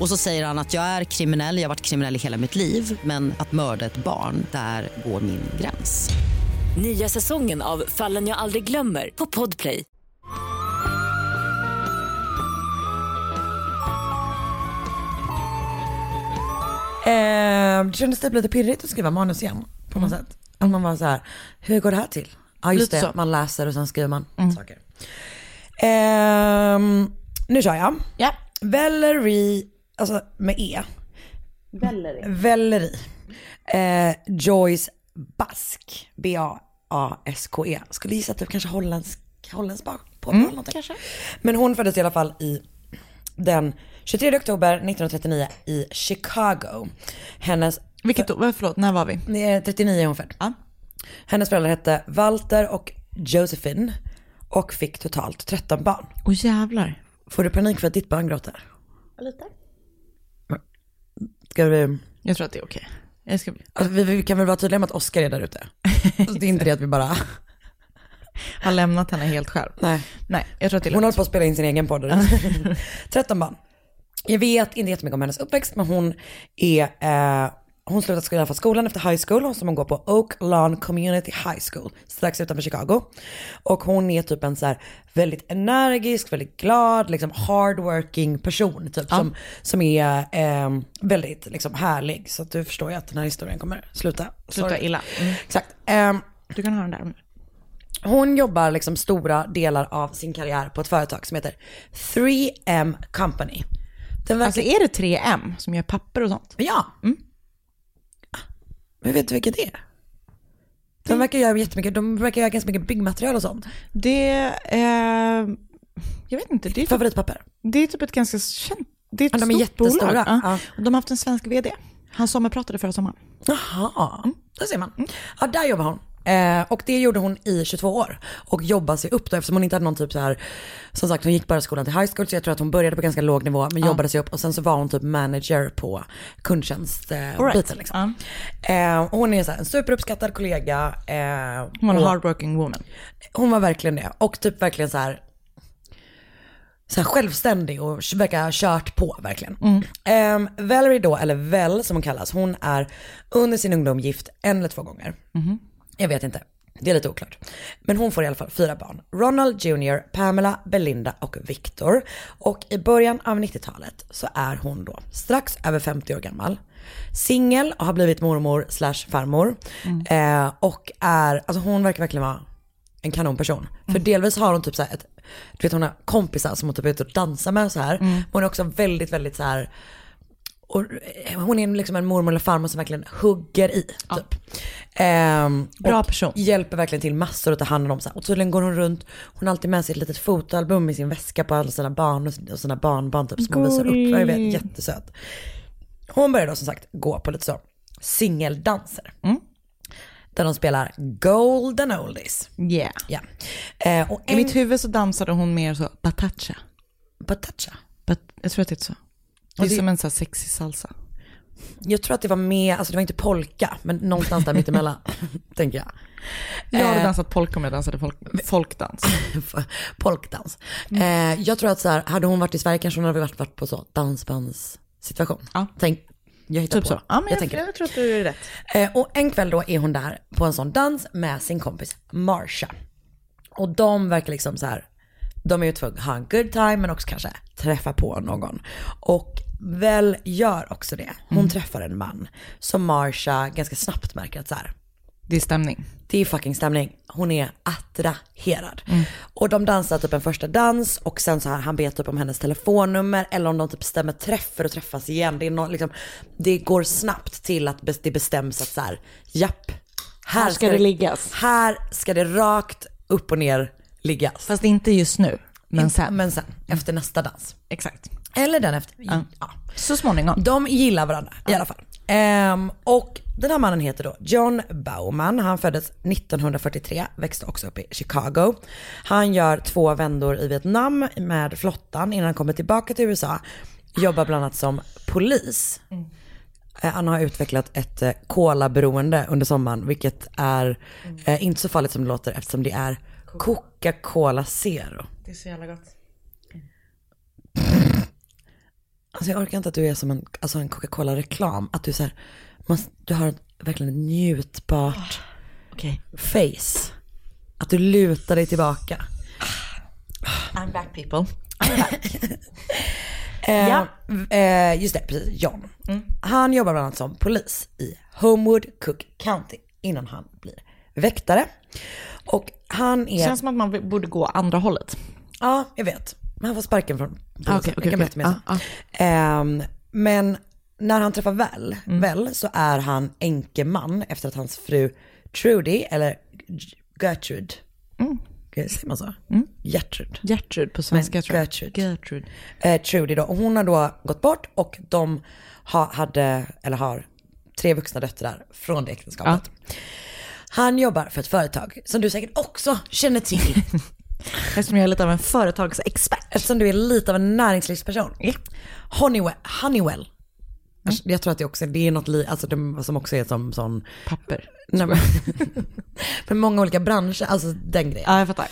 Speaker 8: Och så säger han att jag är kriminell, jag har varit kriminell i hela mitt liv men att mörda ett barn, där går min gräns.
Speaker 4: Nya säsongen av Fallen jag aldrig glömmer på Podplay.
Speaker 5: Eh, det kändes typ lite pirrigt att skriva manus igen på något sätt. Att man var så här, hur går det här till? Ja just
Speaker 6: Lite
Speaker 5: det,
Speaker 6: så.
Speaker 5: man läser och sen skriver man saker. Ehm, nu kör jag.
Speaker 6: Ja.
Speaker 5: Valerie, alltså med E. Valerie. Eh, Joyce Bask, B-A-A-S-K-E. E. Skulle gissa att du kanske holländsk, holländsk bak på eller någonting. Men hon föddes i alla fall i den 23 oktober 1939 i Chicago. Hennes,
Speaker 6: Vilket då? Förlåt, när var vi?
Speaker 5: nej, 39 är hon född.
Speaker 6: Ja.
Speaker 5: Hennes föräldrar hette Walter och Josephine och fick totalt 13 barn.
Speaker 6: Åh jävlar.
Speaker 5: Får du panik för att ditt barn gråter? Lite. Ska vi,
Speaker 6: Jag tror att det är okej. Jag ska...
Speaker 5: alltså vi, vi kan väl vara tydliga med att Oscar är där ute? Alltså det är inte det att vi bara,
Speaker 6: har lämnat henne helt själv.
Speaker 5: Ah. nej.
Speaker 6: Nej, jag tror att det är
Speaker 5: Hon
Speaker 6: lugnt.
Speaker 5: håller på att spela in sin egen podd. 13 barn. Jag vet inte jättemycket om hennes uppväxt men hon är, eh, hon slutade skolan från skolan efter high school som hon går på Oak Lawn Community High School strax utanför Chicago. Och hon är typ en så här väldigt energisk, väldigt glad, liksom hardworking person typ som, som är eh, väldigt liksom härlig. Så att du förstår ju att den här historien kommer sluta.
Speaker 6: Sluta
Speaker 5: sorry.
Speaker 6: illa. Mm.
Speaker 5: Exakt. Ehm,
Speaker 6: Du kan ha den där om du-
Speaker 5: hon jobbar liksom stora delar av sin karriär på ett företag som heter 3M Company. Den verkar...
Speaker 6: Alltså är det 3M som gör papper och sånt?
Speaker 5: Ja. Men vet du vilket det är? De verkar göra jättemycket, de verkar göra ganska mycket byggmaterial och sånt.
Speaker 6: Det är... eh, jag vet inte, det är, typ,
Speaker 5: Favoritpapper.
Speaker 6: det är typ ett ganska känt... Det är ett
Speaker 5: Ja, de är
Speaker 6: stort bolag.
Speaker 5: jättestora.
Speaker 6: Ja.
Speaker 5: Ja.
Speaker 6: Och de har haft en svensk vd. Han sommarpratade förra sommaren.
Speaker 5: Jaha, där ser man. Ja, där jobbar hon. Eh, och det gjorde hon i 22 år. Och jobbade sig upp då eftersom hon inte hade någon typ så här, som sagt hon gick bara skolan till high school så jag tror att hon började på ganska låg nivå men jobbade sig upp och sen så var hon typ manager på kundtjänstbiten. Eh,
Speaker 6: All right.
Speaker 5: biten liksom. eh, hon är så här, en superuppskattad kollega. Eh,
Speaker 6: Hon var en
Speaker 5: och-
Speaker 6: hardworking woman.
Speaker 5: hon var verkligen det. Och typ verkligen så här, så här självständig och verkar ha kört på verkligen. Ehm, Valerie då, eller Vel som hon kallas, hon är under sin ungdom gift en eller två gånger. Jag vet inte. Det är lite oklart. Men hon får i alla fall fyra barn. Ronald Jr, Pamela, Belinda och Victor. Och i början av 90-talet så är hon då strax över 50 år gammal. Singel och har blivit mormor slash farmor. Eh, och är, alltså hon verkar verkligen vara en kanonperson.
Speaker 6: Mm.
Speaker 5: För delvis har hon typ så här ett, du vet hon har kompisar som hon typ är ute och dansar med och så här.
Speaker 6: Mm.
Speaker 5: Men hon är också väldigt, väldigt så här och eh, hon är liksom en mormor eller farmor som verkligen hugger i. Typ. Ehm,
Speaker 6: Bra
Speaker 5: och
Speaker 6: person.
Speaker 5: Hjälper verkligen till massor att ta hand om dem. Så här. Och tydligen går hon runt, hon har alltid med sig ett litet fotoalbum i sin väska på alla sina barn och sina- och sina barnbarn typ, som hon visar upp. Jag vet, jättesöt. Hon börjar då som sagt gå på lite så singeldanser.
Speaker 6: Mm.
Speaker 5: Där de spelar Golden Oldies.
Speaker 6: Yeah.
Speaker 5: Ja. Eh, och
Speaker 6: I
Speaker 5: en...
Speaker 6: mitt huvud så dansade hon mer så batacha.
Speaker 5: Patacha.
Speaker 6: But, jag tror att det är så. Det är
Speaker 5: det-
Speaker 6: som en så här sexig salsa.
Speaker 5: Jag tror att det var med, alltså det var inte polka, men någonstans där mittemellan, tänker jag.
Speaker 6: Jag hade
Speaker 5: Eh,
Speaker 6: dansat polka om jag dansade folk, folkdans.
Speaker 5: polkdans.
Speaker 6: Mm.
Speaker 5: Eh, jag tror att så här, hade hon varit i Sverige kanske hon hade varit, varit på så dansbandssituation.
Speaker 6: Ja.
Speaker 5: Tänk, jag hittar
Speaker 6: Typ
Speaker 5: på.
Speaker 6: så. Ja, men jag,
Speaker 5: tänker.
Speaker 6: jag, tror att du är rätt.
Speaker 5: Eh, och en kväll då är hon där på en sån dans med sin kompis Marsha. Och de verkar liksom så här, de är ju tvungna att ha en good time men också kanske träffa på någon. Och väl gör också det. Hon träffar en man som Marsha ganska snabbt märker att så här,
Speaker 6: Det är stämning.
Speaker 5: det är fucking stämning. Hon är attraherad.
Speaker 6: Mm.
Speaker 5: Och de dansar typ en första dans och sen så här, han ber typ om hennes telefonnummer eller om de typ stämmer träffar och träffas igen. Det, är någon, liksom, det går snabbt till att bes- det bestäms att så här, japp, här,
Speaker 6: ska det liggas.
Speaker 5: Här ska det rakt upp och ner liggas.
Speaker 6: Fast inte just nu, men sen.
Speaker 5: Men sen, efter nästa dans.
Speaker 6: Exakt.
Speaker 5: Eller den efter. Ja.
Speaker 6: Så småningom.
Speaker 5: De gillar varandra i alla fall. Ehm, och den här mannen heter då John Bauman. Han föddes 1943, växte också upp i Chicago. Han gör två vändor i Vietnam med flottan innan han kommer tillbaka till USA. Jobbar bland annat som polis. Eh, Han har utvecklat ett eh, colaberoende under sommaren vilket är eh, inte så farligt som det låter eftersom det är Coca-Cola Zero.
Speaker 6: Det är så jävla gott.
Speaker 5: Alltså jag orkar inte att du är som en, alltså en Coca-Cola-reklam. Att du så här, man, du har ett, verkligen ett njutbart
Speaker 6: Okej.
Speaker 5: face. Att du lutar dig tillbaka.
Speaker 6: I'm back people.
Speaker 5: Ja. Eh, just det, precis. John. Han jobbar bland annat som polis i Homewood Cook County innan han blir väktare. Och han är...
Speaker 6: Det känns som att man borde gå andra hållet.
Speaker 5: Ja, jag vet. Men han får sparken från polisen.
Speaker 6: okej,
Speaker 5: jag kan
Speaker 6: okej.
Speaker 5: berätta mer sen.
Speaker 6: Ja, Mm.
Speaker 5: Ehm, men när han träffar Väl, Väl så är han enkeman efter att hans fru Trudy, eller G- Gertrude, mm. säger man så? Gertrud.
Speaker 6: Gertrud på svenska
Speaker 5: Men
Speaker 6: tror jag.
Speaker 5: Gertrud.
Speaker 6: Gertrud.
Speaker 5: Eh, Trudy då, och hon har då gått bort och de ha, hade, eller har, tre vuxna döttrar från det äktenskapet. Han jobbar för ett företag som du säkert också känner till.
Speaker 6: Eftersom jag är lite av en företagsexpert.
Speaker 5: Eftersom du är lite av en näringslivsperson. Honeywell. Honeywell. Alltså, Jag tror att det också det är något li, alltså det, som också är som sån,
Speaker 6: Papper.
Speaker 5: nej, men, för många olika branscher, alltså den grejen.
Speaker 6: Ja, Eh, jag fattar.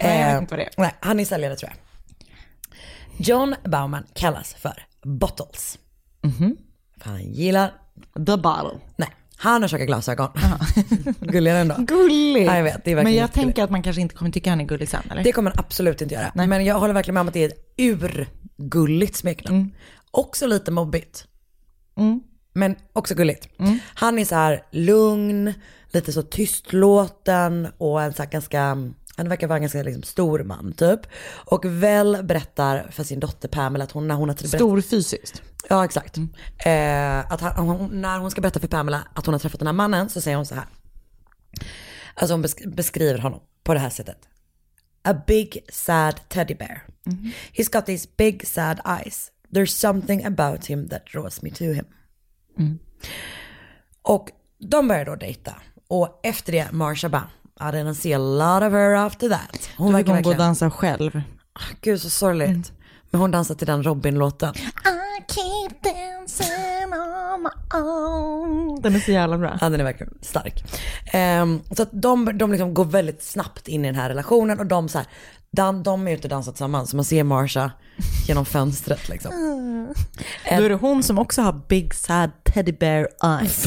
Speaker 6: Nej, jag
Speaker 5: Eh,
Speaker 6: vet inte vad det är.
Speaker 5: Nej, han är säljare tror jag. John Bauman kallas för Bottles.
Speaker 6: Mhm.
Speaker 5: För han gillar
Speaker 8: The bottle.
Speaker 5: Nej, han har tjocka glasögon. Gulligare ändå.
Speaker 6: Gullig!
Speaker 5: Ja, jag vet, det är verkligen
Speaker 6: Men jag
Speaker 5: jättegulligt.
Speaker 6: tänker att man kanske inte kommer tycka han är gullig sen, eller?
Speaker 5: Det kommer han absolut inte göra. Men jag håller verkligen med om att det är ett urgulligt smeknamn. Också lite mobbigt. Men också gulligt. Han är så här lugn, lite så tystlåten och en så här ganska, han verkar vara en ganska liksom stor man typ. Och väl berättar för sin dotter Pamela att hon när hon har berättat
Speaker 6: Stor fysiskt.
Speaker 5: Ja exakt. Eh, att han, hon, när hon ska berätta för Pamela att hon har träffat den här mannen så säger hon så här. Alltså hon besk- beskriver honom på det här sättet. A big sad teddy bear. He's got these big sad eyes. There's something about him that draws me to him. Och de börjar då dejta. Och efter det, Marsha bara, I didn't see a lot of her after that. Hon
Speaker 6: Då
Speaker 5: verkar
Speaker 6: fick hon gå och
Speaker 5: verkligen,
Speaker 6: dansa själv.
Speaker 5: gud så sorgligt. Men hon dansar till den Robin-låten.
Speaker 6: Den är så jävla bra.
Speaker 5: Ja, den är verkligen stark. Ehm, så att de, de liksom går väldigt snabbt in i den här relationen och de, så här, dan, de är ute och dansar tillsammans. Så man ser Marsha genom fönstret liksom.
Speaker 6: Mm. Då är det hon som också har big sad teddy bear eyes.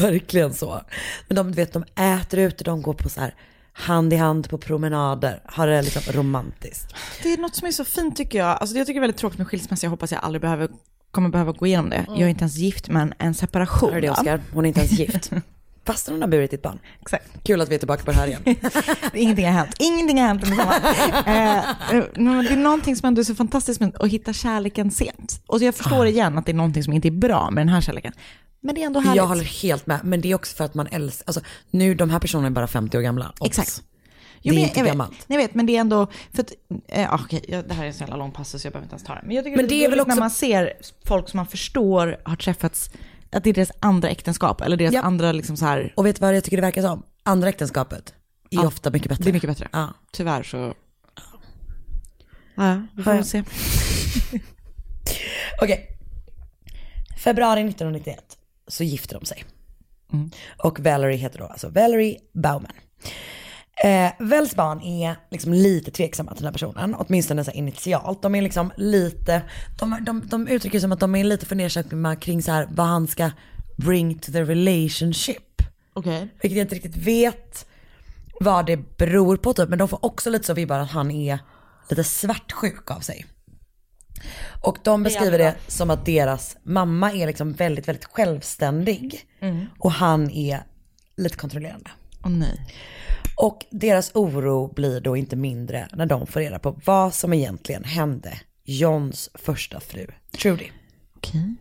Speaker 5: Verkligen så. Men de, du vet, de äter ute, de går på så här hand i hand på promenader. Har det liksom romantiskt.
Speaker 6: Det är något som är så fint tycker jag. Alltså, jag tycker det är väldigt tråkigt med skilsmässa, jag hoppas jag aldrig behöver, kommer behöva gå igenom det. Jag är inte ens gift, men en separation.
Speaker 5: Hör du det
Speaker 6: va?
Speaker 5: Oskar? Hon är inte ens gift. Fast hon har burit ditt barn.
Speaker 6: Exakt.
Speaker 5: Kul att vi är tillbaka på det här igen.
Speaker 6: Ingenting har hänt. Ingenting har hänt under sommaren. eh, eh, men det är någonting som ändå är så fantastiskt med att hitta kärleken sent. Och jag förstår igen att det är någonting som inte är bra med den här kärleken. Men det är ändå härligt.
Speaker 5: Jag håller helt med. Men det är också för att man älskar, alltså nu de här personerna är bara 50 år gamla. Obs.
Speaker 6: Exakt.
Speaker 5: Det är
Speaker 6: men
Speaker 5: inte
Speaker 6: jag vet,
Speaker 5: gammalt.
Speaker 6: Jag vet, men det är ändå, för att, eh, okej, jag- det här är en så jävla lång passus så jag behöver inte ens ta det. Men jag tycker
Speaker 5: Men
Speaker 6: det,
Speaker 5: det är väl
Speaker 6: gulligt när
Speaker 5: också-
Speaker 6: man ser folk som man förstår har träffats, att det är deras andra äktenskap eller deras
Speaker 5: Ja.
Speaker 6: andra liksom så här,
Speaker 5: Och vet du vad jag tycker det verkar som? Andra äktenskapet är ofta mycket bättre.
Speaker 6: det är mycket bättre.
Speaker 5: Ja.
Speaker 6: Tyvärr så, ja, vi får väl se.
Speaker 5: Okej. Februari 1991 så gifter de sig.
Speaker 6: Mm.
Speaker 5: Och Valerie heter då alltså Valerie Bauman. Eh, Wells barn är liksom lite tveksamma till den här personen, åtminstone så här initialt. De är liksom lite, de, de, de uttrycker som att de är lite fundersamma kring så här vad han ska bring to the relationship.
Speaker 6: Okej.
Speaker 5: Vilket jag inte riktigt vet vad det beror på typ. Men de får också lite så vibbar att han är lite svartsjuk av sig. Och de beskriver det som att deras mamma är liksom väldigt, väldigt självständig. Och han är lite kontrollerande.
Speaker 6: Åh nej.
Speaker 5: Och deras oro blir då inte mindre när de får reda på vad som egentligen hände Johns första fru, Trudy.
Speaker 6: Okej.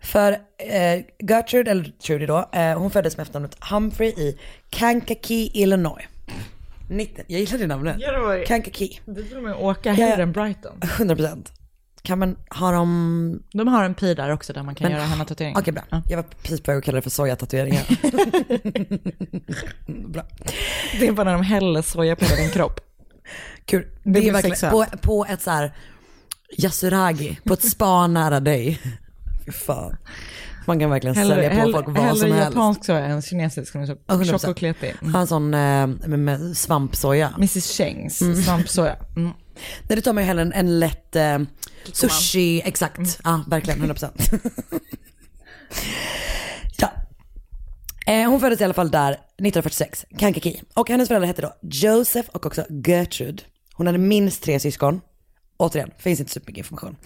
Speaker 5: För eh, Gertrude, eller Trudy då, eh, hon föddes med efternamnet Humphrey i Kankakee, Illinois. 19, jag gillar det namnet. Kankakee,
Speaker 6: Det borde man åka
Speaker 5: Ja.
Speaker 6: hellre än Brighton.
Speaker 5: 100%. Kan man, har de...
Speaker 6: De har en pi där också där man kan göra henna-tatuering.
Speaker 5: Okej bra, jag var precis på väg att kalla det för sojatatueringar. bra.
Speaker 6: Det är bara när de häller soja på din kropp.
Speaker 5: Kul. Det,
Speaker 6: blir
Speaker 5: är verkligen
Speaker 6: sexuellt.
Speaker 5: på, på ett så här yasuragi, på ett spa nära dig. Fy fan. Man kan verkligen sälja på folk vad som helst.
Speaker 6: japansk soja än kinesisk. Som är så
Speaker 5: 100%.
Speaker 6: tjock och kletig. Mm.
Speaker 5: Ha en sån eh, med, med svampsoja.
Speaker 6: Mrs Chengs svampsoja. Mm.
Speaker 5: Nej, då tar man ju hellre en, en lätt eh, sushi, exakt. Ja, verkligen, 100%. ja. Eh, hon föddes i alla fall där 1946, Kankakee. Och hennes föräldrar hette då Joseph och också Gertrude. Hon hade minst tre syskon. Återigen, finns inte supermycket information.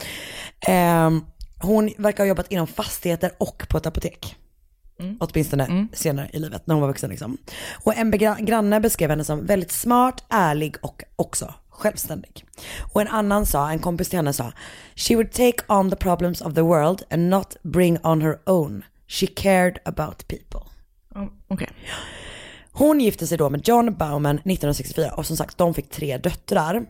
Speaker 5: Ehm, hon verkar ha jobbat inom fastigheter och på ett apotek. Åtminstone senare i livet när hon var vuxen. Liksom. Och en begra- granne beskrev henne som väldigt smart, ärlig och också självständig. Och en annan sa, en kompis till henne sa, She would take on the problems of the world and not bring on her own. She cared about people.
Speaker 6: Mm, Okej.
Speaker 5: Hon gifte sig då med John Bauman 1964 och som sagt de fick tre döttrar.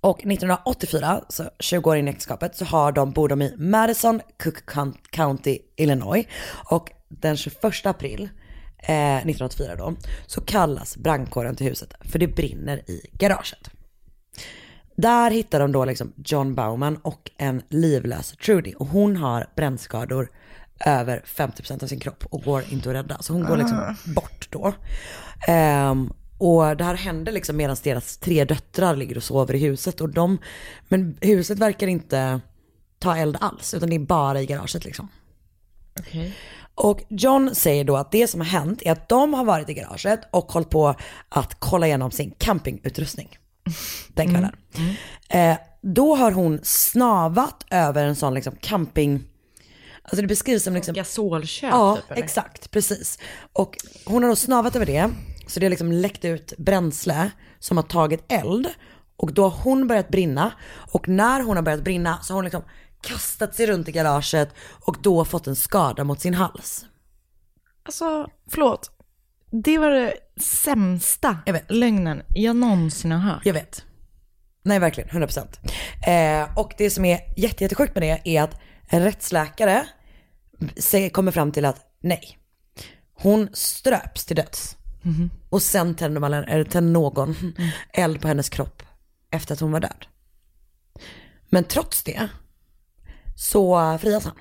Speaker 5: Och 1984, så 20 år in i äktenskapet, så har de, bor de i Madison, Cook Coun- County, Illinois. Och den 21 april eh, 1984 då, så kallas brandkåren till huset för det brinner i garaget. Där hittar de då liksom John Bauman och en livlös Trudy. Och hon har brännskador över 50% av sin kropp och går inte att rädda. Så hon går liksom bort då. Ehm, Och det här hände liksom medan deras tre döttrar ligger och sover i huset. Och de, men huset verkar inte ta eld alls, utan det är bara i garaget liksom. Och John säger då att det som har hänt är att de har varit i garaget och hållit på att kolla igenom sin campingutrustning den
Speaker 6: Mm.
Speaker 5: kvällen. Eh, då har hon snavat över en sån liksom camping, alltså det beskrivs som liksom
Speaker 6: Gasolkök
Speaker 5: Ja,
Speaker 6: typ, eller?
Speaker 5: exakt. Precis. Och hon har då snavat över det, så det har liksom läckt ut bränsle som har tagit eld. Och då har hon börjat brinna. Och när hon har börjat brinna så har hon liksom kastat sig runt i garaget och då fått en skada mot sin hals.
Speaker 6: Alltså, förlåt. Det var det sämsta
Speaker 5: Jag vet.
Speaker 6: lögnen jag någonsin har hört.
Speaker 5: Jag vet. Nej, verkligen. 100%. Eh, och det som är jätte, jättesjukt med det är att en rättsläkare säger, kommer fram till att nej, hon ströps till döds.
Speaker 6: Mhm.
Speaker 5: Och sen tände, man, eller tände någon eld på hennes kropp efter att hon var död. Men trots det så frias han.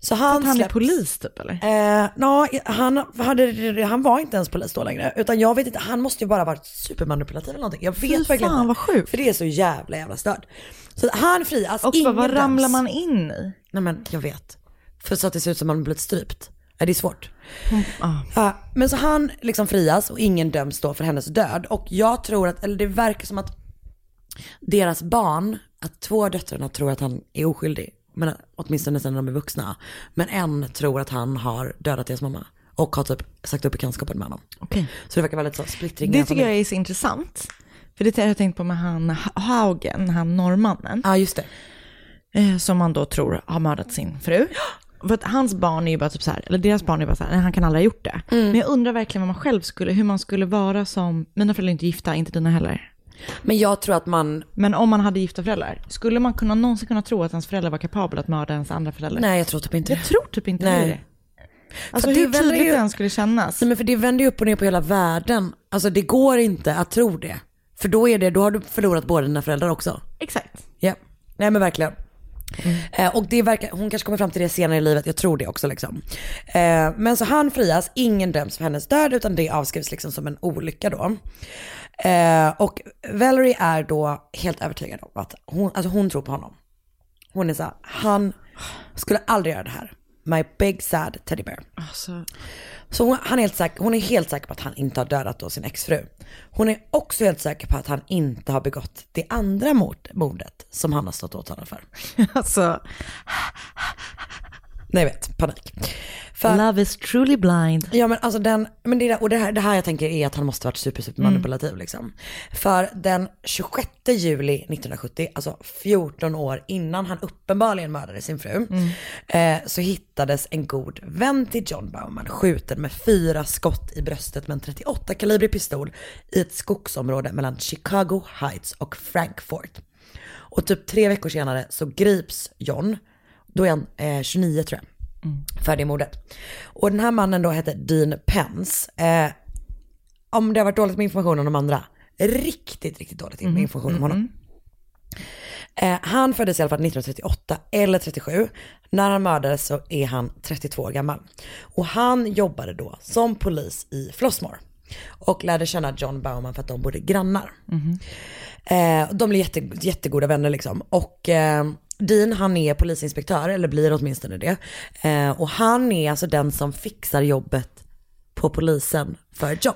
Speaker 5: Så han,
Speaker 6: Att han är
Speaker 5: släpps.
Speaker 6: polis typ eller?
Speaker 5: Eh, nå, han, hade, han var inte ens polis då längre. Utan jag vet inte, han måste ju bara ha varit supermanipulativ eller någonting. Jag vet
Speaker 6: Fy
Speaker 5: verkligen
Speaker 6: fan,
Speaker 5: inte.
Speaker 6: vad sjukt.
Speaker 5: För det är så jävla jävla stört. Så att han frias,
Speaker 6: Och
Speaker 5: ingen
Speaker 6: vad ramlar
Speaker 5: döms.
Speaker 6: man in i?
Speaker 5: Nej men jag vet. För så att det ser ut som att man blivit strypt. Nej, det är svårt. Mm, Ja, men så han liksom frias och ingen döms då för hennes död. Och jag tror att, eller det verkar som att deras barn, att två av döttrarna tror att han är oskyldig. Men eh, åtminstone sen när de är vuxna. Men en tror att han har dödat deras mamma. Och har typ sagt upp bekantskapen med honom.
Speaker 6: Okej.
Speaker 5: Så det verkar vara lite så splittring. i
Speaker 6: Det
Speaker 5: den
Speaker 6: tycker jag
Speaker 5: familjen.
Speaker 6: är så intressant. För det har jag tänkt på med han Ha- Haugen, han norrmannen,
Speaker 5: Ja just det.
Speaker 6: eh, som man då tror har mördat sin fru. För att hans barn är ju bara typ så här, eller deras barn är bara så här, nej, han kan aldrig ha gjort det. Men jag undrar verkligen vad man själv skulle, hur man skulle vara som, mina föräldrar är inte gifta, inte dina heller.
Speaker 5: Men jag tror att man,
Speaker 6: Men om man hade gifta föräldrar, skulle man kunna, någonsin kunna tro att ens föräldrar var kapabla att mörda ens andra förälder?
Speaker 5: nej jag tror typ inte det.
Speaker 6: Jag tror typ inte
Speaker 5: Nej.
Speaker 6: det. Alltså
Speaker 5: För det
Speaker 6: hur
Speaker 5: vänder
Speaker 6: tydligt Mm.
Speaker 5: ju-
Speaker 6: det ens skulle kännas.
Speaker 5: Nej men för det vänder ju upp och ner på hela världen. Alltså det går inte att tro det. För då är det, då har du förlorat båda dina föräldrar också.
Speaker 6: Exakt.
Speaker 5: Ja, nej men verkligen. Eh, och det verkar, hon kanske kommer fram till det senare i livet, jag tror det också liksom. Eh, men så han frias, ingen döms för hennes död utan det avskrivs liksom som en olycka då. Eh, och Valerie är då helt övertygad om att hon, alltså hon tror på honom. Hon är såhär, han skulle aldrig göra det här. My big sad teddy bear.
Speaker 6: Alltså,
Speaker 5: Så hon, han är helt säker, hon är helt säker på att han inte har dödat då sin exfru. Hon är också helt säker på att han inte har begått det andra mord, mordet som han har stått åtalad för.
Speaker 6: alltså,
Speaker 5: Nej jag vet, panik. För,
Speaker 6: love is truly blind.
Speaker 5: ja men alltså den, men det, där, och det, här, det här jag tänker är att han måste varit super, super manipulativ liksom. För den 26 juli 1970, alltså 14 år innan han uppenbarligen mördade sin fru, eh, så hittades en god vän till John Bauman skjuten med fyra skott i bröstet med en 38 kalibrig pistol i ett skogsområde mellan Chicago Heights och Frankfurt. Och typ tre veckor senare så grips John, då är han eh, 29 tror jag, för det mordet. Och den här mannen då hette Dean Pence. Eh, om det har varit dåligt med information om de andra, riktigt, riktigt dåligt med information om honom. Eh, han föddes i alla fall 1938 eller 37. När han mördades så är han 32 år gammal. Och han jobbade då som polis i Flossmore. Och lärde känna John Bauman för att de bodde grannar. Eh, de blir jätte, jättegoda vänner liksom. Och eh, Dean han är polisinspektör, eller blir åtminstone det. Eh, och han är alltså den som fixar jobbet på polisen för John.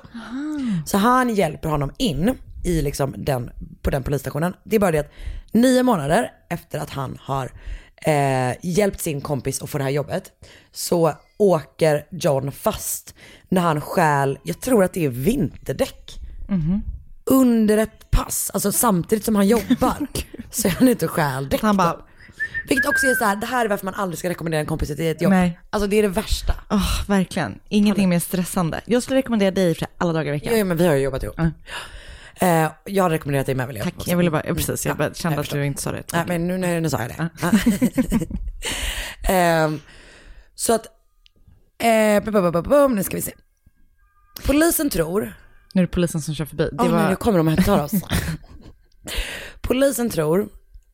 Speaker 5: Så han hjälper honom in i liksom den, på den polisstationen. Det är bara det att nio månader efter att han har eh, hjälpt sin kompis att få det här jobbet så åker John fast när han stjäl, jag tror att det är vinterdäck under ett pass, alltså samtidigt som han jobbar, så är han ute och stjäl däck.
Speaker 6: Han bara-
Speaker 5: då. Vilket också är så här, det här är varför man aldrig ska rekommendera en kompis till ett jobb.
Speaker 6: Nej.
Speaker 5: Alltså det är det värsta.
Speaker 6: Åh, verkligen. Ingenting mer stressande. Jag skulle rekommendera dig för alla dagar i veckan.
Speaker 5: Ja, ja, men vi har ju jobbat ihop. Eh, jag hade rekommenderat dig med vill jag.
Speaker 6: Tack,
Speaker 5: också.
Speaker 6: jag ville bara, ja, precis, jag bara kände
Speaker 5: jag
Speaker 6: att du inte sa det.
Speaker 5: Nej men nu, nu, nu sa jag det. Ehm, så att, eh, bum, bum, bum, bum, nu ska vi se. Polisen tror
Speaker 6: Nu är det polisen som kör förbi. Det
Speaker 5: Åh, nej,
Speaker 6: var,
Speaker 5: nu kommer de att ta oss. Polisen tror,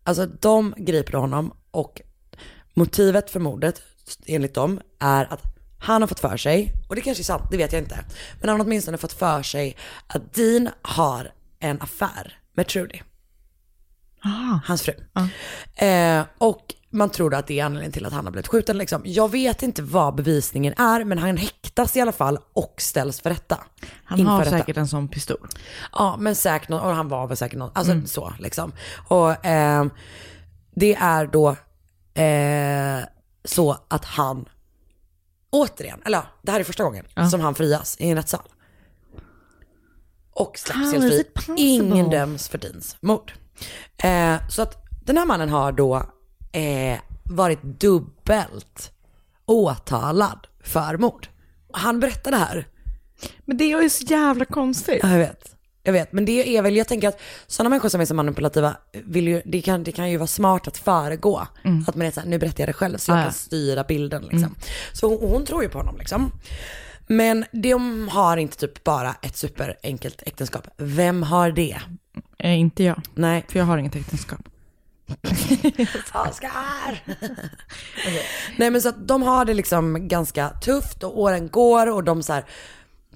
Speaker 5: alltså de griper honom och motivet för mordet enligt dem är att Han har fått för sig, och det kanske är sant, det vet jag inte. Men han har åtminstone fått för sig att Dean har en affär med Trudy. Hans fru. Eh, och man tror då att det är anledningen till att han har blivit skjuten. Liksom. Jag vet inte vad bevisningen är, men han häktas i alla fall och ställs för rätta.
Speaker 6: Han
Speaker 5: Inför
Speaker 6: har
Speaker 5: rätta.
Speaker 6: säkert en sån pistol.
Speaker 5: Ja, men säkert någon, och han var väl säkert någon, alltså
Speaker 6: Mm.
Speaker 5: så liksom. Och ehm, det är då eh, så att han, återigen, eller ja, det här är första gången som han frias i en rättssal. Och
Speaker 6: How
Speaker 5: släpps
Speaker 6: is
Speaker 5: helt
Speaker 6: it
Speaker 5: fri.
Speaker 6: possible?
Speaker 5: Ingen döms för Deans mord. Eh, så att den här mannen har då eh, varit dubbelt åtalad för mord. Han berättade här
Speaker 6: Men det är ju så jävla konstigt.
Speaker 5: Ja, jag vet. Jag vet, men det är väl, jag tänker att sådana människor som är så manipulativa, vill ju, det, kan, det kan ju vara smart att föregå. Att man är såhär, nu berättar jag det själv så jag
Speaker 6: Ja, ja.
Speaker 5: kan styra bilden liksom. Så hon, hon tror ju på honom liksom. Men de har inte typ bara ett superenkelt äktenskap. Vem har det?
Speaker 6: Eh, inte jag,
Speaker 5: Nej,
Speaker 6: för jag har inget äktenskap.
Speaker 5: Alltså- Oscar! Nej men så att de har det liksom ganska tufft och åren går och de så här,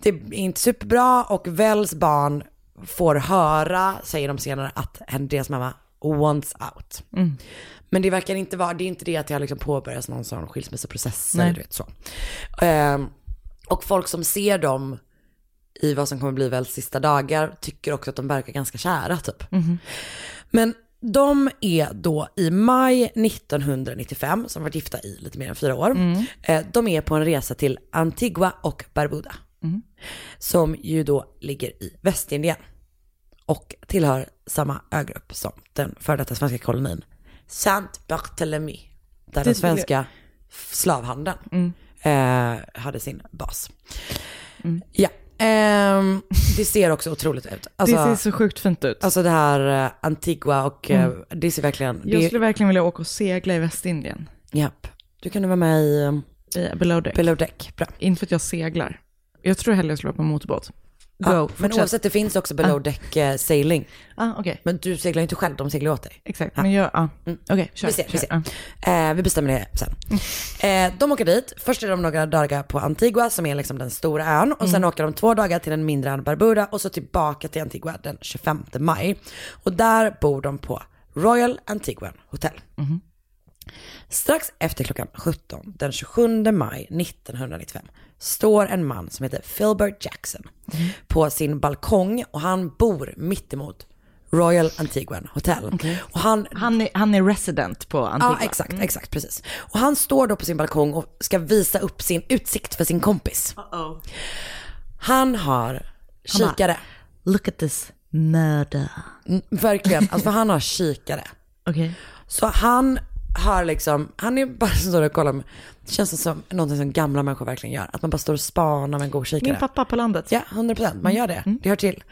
Speaker 5: det är inte superbra och Wells barn får höra, säger de senare, att hen- deras mamma wants out. Men det verkar inte vara, det är inte det att det har liksom påbörjats någon sån skilsmässoprocess eller du vet så. Ehm, och folk som ser dem i vad som kommer bli Wells sista dagar tycker också att de verkar ganska kära typ. Men de är då i maj 1995, som varit gifta i lite mer än fyra år, eh, de är på en resa till Antigua och Barbuda. Som ju då ligger i Västindien. Och tillhör samma ögrupp som den före detta svenska kolonin. Saint Barthélemy. Där den svenska slavhandeln eh, hade sin bas. Ja. ehm, det ser också otroligt ut. Alltså-
Speaker 6: det ser så Mm. sjukt fint ut.
Speaker 5: Alltså det här eh, Antigua och eh, det ser verkligen...
Speaker 6: jag
Speaker 5: Det,
Speaker 6: skulle verkligen vilja åka och segla i Västindien.
Speaker 5: japp. Du kan vara med i um,
Speaker 6: I below deck.
Speaker 5: Below Deck. Bra.
Speaker 6: inte för att jag seglar. Jag tror hellre jag skulle vara på motorbåt. Go,
Speaker 5: Ja, men
Speaker 6: fortsätt.
Speaker 5: oavsett, det finns också Below Deck eh, sailing.
Speaker 6: Ah, okej.
Speaker 5: Men du seglar ju inte själv, de seglar åt dig.
Speaker 6: Exakt, men jag, ah. okej, kör.
Speaker 5: Mm. Vi ser, vi
Speaker 6: kör.
Speaker 5: ser. Eh, vi bestämmer det sen. Eh, de åker dit, först är de några dagar på Antigua som är liksom den stora ön och sen åker de två dagar till den mindre ön Barbuda och så tillbaka till Antigua den 25 maj. Och där bor de på Royal Antiguan Hotel. Strax efter klockan 17 den 27 maj 1995 står en man som heter Filbert Jackson på sin balkong och han bor mittemot Royal Antiguan Hotel. Och han
Speaker 6: Ja. Han, är, han är resident på Antigua.
Speaker 5: Ja, exakt, exakt, precis. Och han står då på sin balkong och ska visa upp sin utsikt för sin kompis. Han har kikare.
Speaker 6: Look at this murder.
Speaker 5: Verkligen, alltså för han har kikare.
Speaker 6: Okej.
Speaker 5: Så han har liksom, han är bara som står och kollar, med- det känns som någonting som gamla människor verkligen gör. Att man bara står och spanar med en god kikare.
Speaker 6: Min pappa på landet.
Speaker 5: Ja, 100 procent. Man gör det. Det hör till.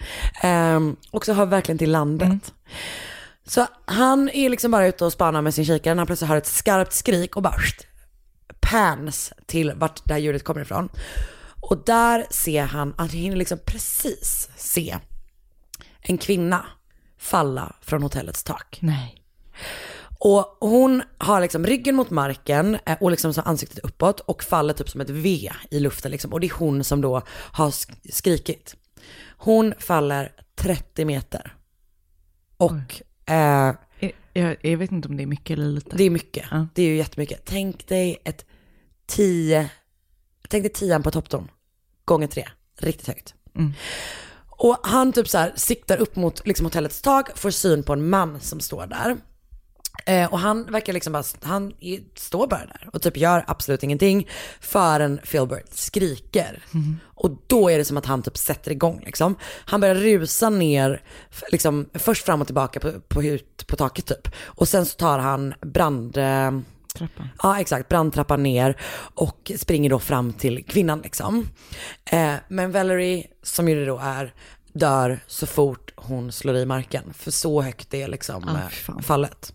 Speaker 5: Ehm, och så hör verkligen till landet. Så han är liksom bara ute och spanar med sin kikare när han plötsligt hör ett skarpt skrik och bara pst, pans till vart det här ljudet kommer ifrån. Och där ser han, han hinner liksom precis se en kvinna falla från hotellets tak.
Speaker 6: Nej.
Speaker 5: Och hon har liksom ryggen mot marken eh, och liksom så ansiktet uppåt och faller typ som ett V i luften liksom. Och det är hon som då har sk- skrikit. Hon faller 30 meter. Och eh,
Speaker 6: Jag, jag, jag vet inte om det är mycket eller lite.
Speaker 5: det är mycket.
Speaker 6: Ja.
Speaker 5: Det är ju jättemycket. Tänk dig ett 10, tänk dig 10 på toppton gånger 3. Riktigt högt. Och han typ så här siktar upp mot liksom hotellets tak, får syn på en man som står där. Eh, och han verkar liksom bara, han i- står bara där och typ gör absolut ingenting förrän Filbert skriker. Och då är det som att han typ sätter igång liksom. Han börjar rusa ner, f- liksom först fram och tillbaka på, på, hut, på taket typ. Och sen så tar han brand... Eh,
Speaker 6: Trappan.
Speaker 5: Ja exakt, brandtrappan ner och springer då fram till kvinnan liksom. Eh, men Valerie, som ju det då är, dör så fort hon slår i marken. För så högt är liksom
Speaker 6: Ah,
Speaker 5: eh,
Speaker 6: fy fan.
Speaker 5: fallet.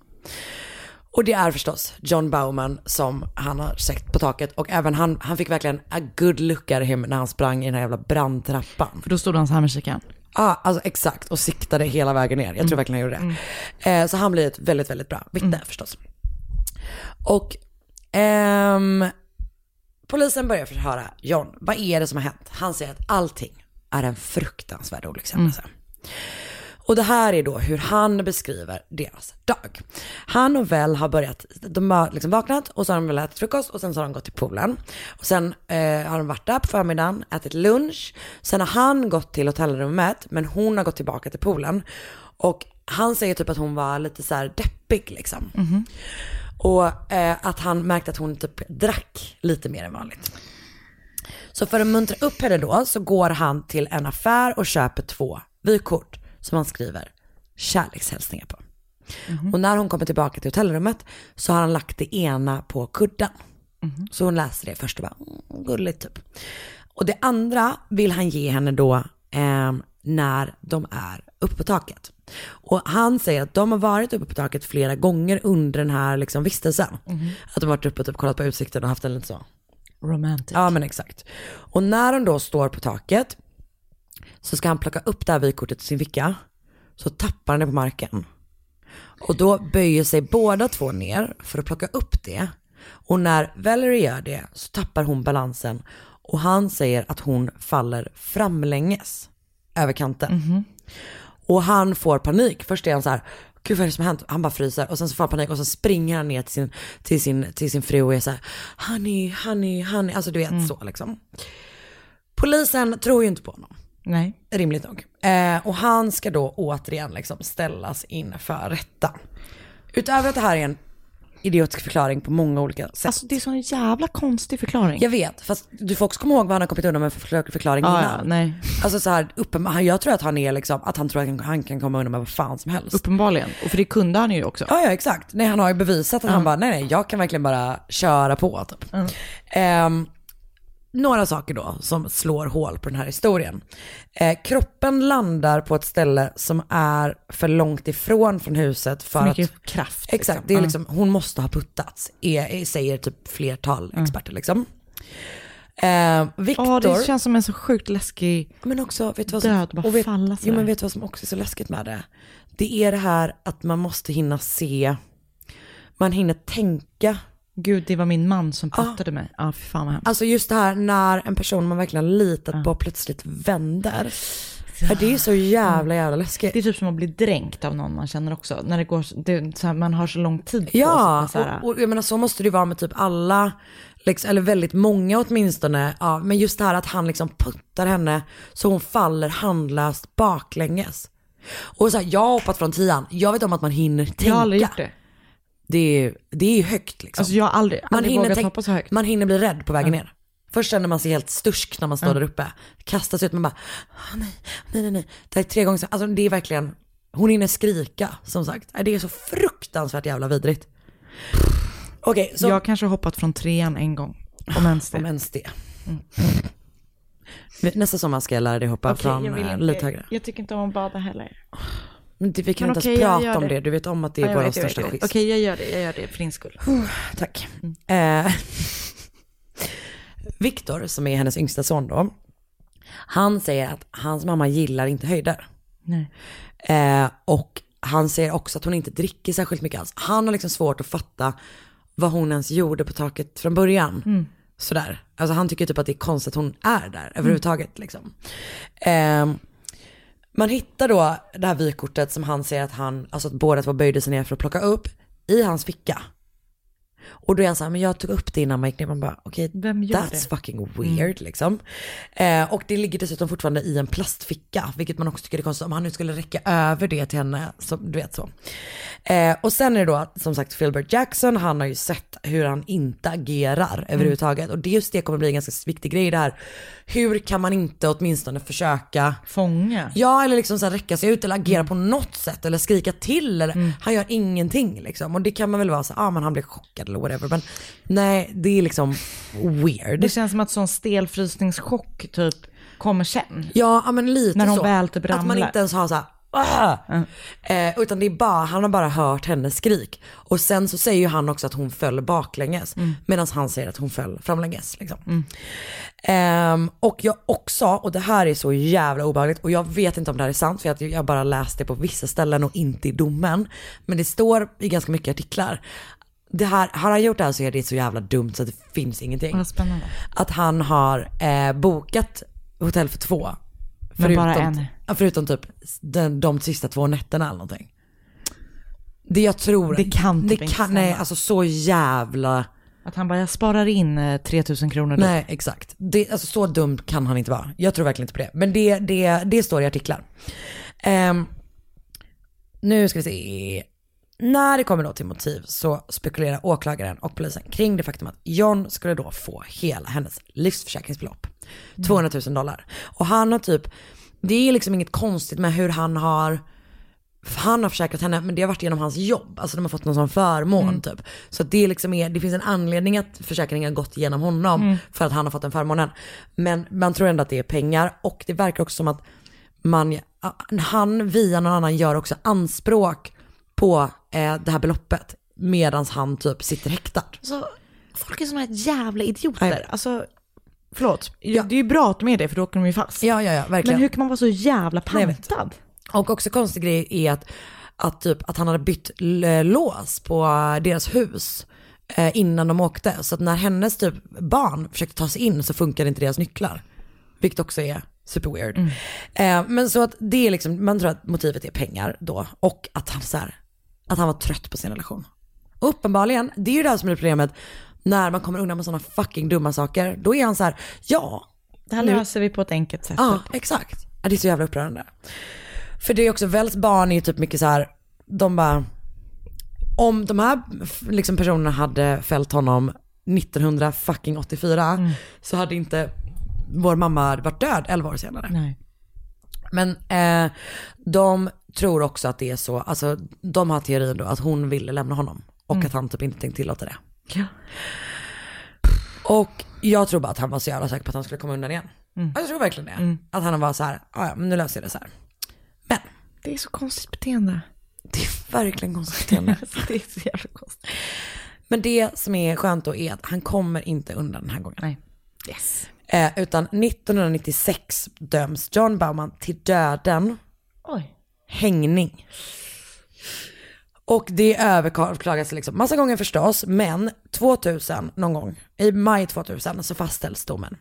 Speaker 5: Och det är förstås John Bauman som han har sett på taket och även han, han fick verkligen a good look at him när han sprang i den här jävla brandtrappan.
Speaker 6: För då stod han så här med kikaren.
Speaker 5: Ja, alltså exakt. Och siktade hela vägen ner. Jag tror verkligen han gjorde det. Eh, så han blir ett väldigt, väldigt bra vittne förstås. Och ehm, Polisen börjar förhöra John. Vad är det som har hänt? Han säger att allting är en fruktansvärd olyckshändelse. Och det här är då hur han beskriver deras dag. Han och Vel har börjat, de har liksom vaknat och så har de väl ätit frukost och sen så har de gått till poolen. Och sen eh, har de varit där på förmiddagen, ätit lunch. Sen har han gått till hotellrummet men hon har gått tillbaka till poolen. Och han säger typ att hon var lite så här deppig liksom. Och eh, att han märkte att hon typ drack lite mer än vanligt. Så för att muntra upp henne då så går han till en affär och köper två vykort som han skriver kärlekshälsningar på. Och när hon kommer tillbaka till hotellrummet så har han lagt det ena på kudden. Så hon läser det först och bara, mm, gulligt typ. Och det andra vill han ge henne då eh, när de är uppe på taket. Och han säger att de har varit uppe på taket flera gånger under den här liksom, vistelsen. Att de har varit uppe och typ, kollat på utsikten och haft en lite så
Speaker 6: Romantic.
Speaker 5: Ja men exakt. Och när de då står på taket så ska han plocka upp det här vykortet i sin ficka. Så tappar han det på marken. Och då böjer sig båda två ner för att plocka upp det. Och när Valerie gör det så tappar hon balansen och han säger att hon faller framlänges över kanten. Och han får panik. Först är han så här, gud vad är det som har hänt? Han bara fryser och sen så får han panik och så springer han ner till sin, till sin, till sin fru och är så här, honey, honey, honey. Alltså du vet
Speaker 6: Mm.
Speaker 5: så liksom. Polisen tror ju inte på honom,
Speaker 6: Nej.
Speaker 5: rimligt nog. Eh, och han ska då återigen liksom ställas inför rätta. Utöver att det här är en idiotisk förklaring på många olika sätt.
Speaker 6: Alltså det är sån jävla konstig förklaring.
Speaker 5: jag vet, fast du får också komma ihåg vad han har kommit undan med för förklar- förklaring
Speaker 6: Ja,
Speaker 5: innan.
Speaker 6: ja, nej.
Speaker 5: Alltså så här, uppenbar, jag tror att han är liksom, att han tror att han- han kan komma undan med vad fan som helst.
Speaker 6: Uppenbarligen. Och för det kunde han ju också.
Speaker 5: Ja, ja exakt. Nej, han har ju bevisat att han bara, nej nej, jag kan verkligen bara köra på. Typ. Ehm, några saker då som slår hål på den här historien. Eh, kroppen landar på ett ställe som är för långt ifrån från huset för,
Speaker 6: För
Speaker 5: att...
Speaker 6: mycket kraft.
Speaker 5: Exakt, det är liksom, hon måste ha puttats, är, är, säger typ flertal experter liksom. Eh, Viktor...
Speaker 6: Ja, det känns som en så sjukt läskig...
Speaker 5: Men också, vet du vad
Speaker 6: Död,
Speaker 5: som,
Speaker 6: bara
Speaker 5: och vet,
Speaker 6: falla sådär.
Speaker 5: jo, men vet du vad som också är så läskigt med det? Det är det här att man måste hinna se, man hinner tänka.
Speaker 6: Gud, det var min man som puttade mig. Ja, fy fan vad hemskt.
Speaker 5: Ah. Alltså just det här när en person man verkligen har litat på plötsligt vänder. Ja. Det är så jävla jävla läskigt.
Speaker 6: Det är typ som att bli dränkt av någon man känner också. När det går, så- det, är så här, man har så lång tid på
Speaker 5: Ja,
Speaker 6: sig. Ja.
Speaker 5: och, och jag menar så måste det ju vara med typ alla, liksom, eller väldigt många åtminstone. Ja, men just det här att han liksom puttar henne så hon faller handlöst baklänges. Och så här, jag har hoppat från tian, jag vet om att man hinner tänka.
Speaker 6: Jag har aldrig gjort det.
Speaker 5: Det är ju, det är ju högt liksom.
Speaker 6: Alltså jag har aldrig,
Speaker 5: man,
Speaker 6: aldrig
Speaker 5: hinner
Speaker 6: vågat
Speaker 5: tänk-
Speaker 6: hoppa så högt.
Speaker 5: man hinner bli rädd på vägen ner. Först känner man sig helt stursk när man står där uppe. Kastas ut, man bara, "Ah, nej, nej, nej, nej. Det är tre gånger så. Alltså det är verkligen, hon hinner skrika som sagt. Nej, Det är så fruktansvärt jävla vidrigt. Okej, så
Speaker 6: Jag kanske har hoppat från trean en gång. Om ens det.
Speaker 5: om ens det.
Speaker 6: Mm.
Speaker 5: Nästa sommar ska jag lära dig hoppa
Speaker 6: Okej,
Speaker 5: från
Speaker 6: jag vill
Speaker 5: eh,
Speaker 6: inte-
Speaker 5: lite högre.
Speaker 6: Jag tycker inte om att bada heller.
Speaker 5: Men det, vi kan
Speaker 6: Men
Speaker 5: inte
Speaker 6: okej, jag
Speaker 5: ens
Speaker 6: gör
Speaker 5: prata om
Speaker 6: det.
Speaker 5: det. Du vet om att det är
Speaker 6: Ja, jag
Speaker 5: vår
Speaker 6: vet, jag vet,
Speaker 5: största
Speaker 6: jag vet.
Speaker 5: skit.
Speaker 6: Okej, jag gör det. Jag gör det för din skull.
Speaker 5: Tack. Eh, Viktor, som är hennes yngsta son då, han säger att hans mamma gillar inte höjder.
Speaker 6: Nej.
Speaker 5: Eh, och han säger också att hon inte dricker särskilt mycket alls. Han har liksom svårt att fatta vad hon ens gjorde på taket från början. Sådär. Alltså han tycker typ att det är konstigt att hon är där överhuvudtaget. Liksom. Eh, man hittar då det här vykortet som han säger att han, alltså att båda två böjde sig ner för att plocka upp i hans ficka. Och då är han så här, men jag tog upp det innan man gick ner. Man bara, okej,
Speaker 6: Vem gör
Speaker 5: that's
Speaker 6: det? Mm.
Speaker 5: fucking weird liksom. Eh, och det ligger dessutom fortfarande i en plastficka, vilket man också tycker är konstigt om han nu skulle räcka över det till henne, så, du vet så. Eh, och sen är det då som sagt Philbert Jackson, han har ju sett hur han inte agerar
Speaker 6: Mm.
Speaker 5: överhuvudtaget. Och det just det kommer bli en ganska viktig grej i det här. Hur kan man inte åtminstone försöka
Speaker 6: Fånga.
Speaker 5: Ja eller liksom så här räcka sig ut eller agera på något sätt eller skrika till eller han gör ingenting liksom. Och det kan man väl vara så ja ah, men han blev chockad eller whatever. Men nej det är liksom weird.
Speaker 6: Det känns som att sån stelfrysningschock typ kommer sen.
Speaker 5: Ja, ja, men lite
Speaker 6: När hon
Speaker 5: så.
Speaker 6: väl typ
Speaker 5: att man
Speaker 6: ramlar. Mm.
Speaker 5: inte ens har så här, "Ah!" eh, utan det är bara, han har bara hört hennes skrik. Och sen så säger ju han också att hon föll baklänges.
Speaker 6: Mm.
Speaker 5: Medan han säger att hon föll framlänges. Liksom. Ehm, och jag också, och det här är så jävla obehagligt och jag vet inte om det här är sant för att jag bara läst det på vissa ställen och inte i domen. Men det står i ganska mycket artiklar det här, har han gjort det här så är det så jävla dumt så att det finns ingenting.
Speaker 6: Vad spännande.
Speaker 5: Att han har eh, bokat hotell för två.
Speaker 6: Men bara en.
Speaker 5: ja, Förutom typ den, de sista två nätterna eller någonting. Det jag tror.
Speaker 6: Det kan typ
Speaker 5: det
Speaker 6: inte
Speaker 5: kan,
Speaker 6: stämma.
Speaker 5: Nej, alltså så jävla.
Speaker 6: Att han bara, jag sparar in eh, 3000 kronor då.
Speaker 5: Nej, exakt. Det, alltså, så dum kan han inte vara. Jag tror verkligen inte på det. Men det, det, det står i artiklar. Ehm, nu ska vi se. När det kommer då till motiv så spekulerar åklagaren och polisen kring det faktum att John skulle då få hela hennes livsförsäkringsbelopp. 200 000 dollar. Och han har typ, det är liksom inget konstigt med hur han har han har försäkrat henne men det har varit genom hans jobb. Alltså de har fått någon sån förmån
Speaker 6: Mm.
Speaker 5: typ. Så att det, liksom är, det finns en anledning att försäkringen har gått genom honom
Speaker 6: Mm.
Speaker 5: för att han har fått den förmånen. Men man tror ändå att det är pengar och det verkar också som att man, han via någon annan gör också anspråk på eh, det här beloppet medan han typ sitter häktad.
Speaker 6: Alltså, folk är såna jävla idioter.
Speaker 5: Nej.
Speaker 6: Alltså, förlåt.
Speaker 5: Ja.
Speaker 6: Det är ju bra att de är det för då åker de ju fast.
Speaker 5: Ja, ja, ja,
Speaker 6: Men
Speaker 5: verkligen.
Speaker 6: hur kan man vara så jävla
Speaker 5: Nej, jag vet.
Speaker 6: pantad?
Speaker 5: Och också konstig grej är att, att, typ, att han hade bytt l- eh, lås på deras hus eh, innan de åkte. Så att när hennes typ barn försökte ta sig in så funkade inte deras nycklar. Vilket också är super weird. Eh, men så att det är liksom, man tror att motivet är pengar då. Och att han, så här, att han var trött på sin relation. Och uppenbarligen, det är ju det här som är problemet. När man kommer undan med sådana fucking dumma saker, då är han så här, ja,
Speaker 6: Det här löser vi på ett enkelt sätt.
Speaker 5: Ja, exakt. Ja, Det är så jävla upprörande. För det är också, Välls barn är ju typ mycket så här, de bara, om de här f- liksom, personerna hade fällt honom 1984 så hade inte vår mamma varit död 11 år senare.
Speaker 6: Nej.
Speaker 5: Men eh, de tror också att det är så, alltså de har teorin då att hon ville lämna honom och att han typ inte tänkte tillåta det.
Speaker 6: Ja.
Speaker 5: Och jag tror bara att han var så jävla säker på att han skulle komma undan igen.
Speaker 6: Mm.
Speaker 5: Alltså, Jag tror verkligen det. Att han var så här, "Ah, ja men nu löser jag det så här. Men
Speaker 6: Det är så konstigt beteende.
Speaker 5: det är verkligen konstigt beteende.
Speaker 6: Alltså, det är så jävla konstigt.
Speaker 5: Men det som är skönt då är att han kommer inte undan den här gången.
Speaker 6: Nej. Yes.
Speaker 5: Eh, utan 1996 döms John Bauman till döden
Speaker 6: Oj.
Speaker 5: hängning. Och det överklagas liksom massa gånger förstås, men 2000 någon gång, i maj 2000 så fastställs domen.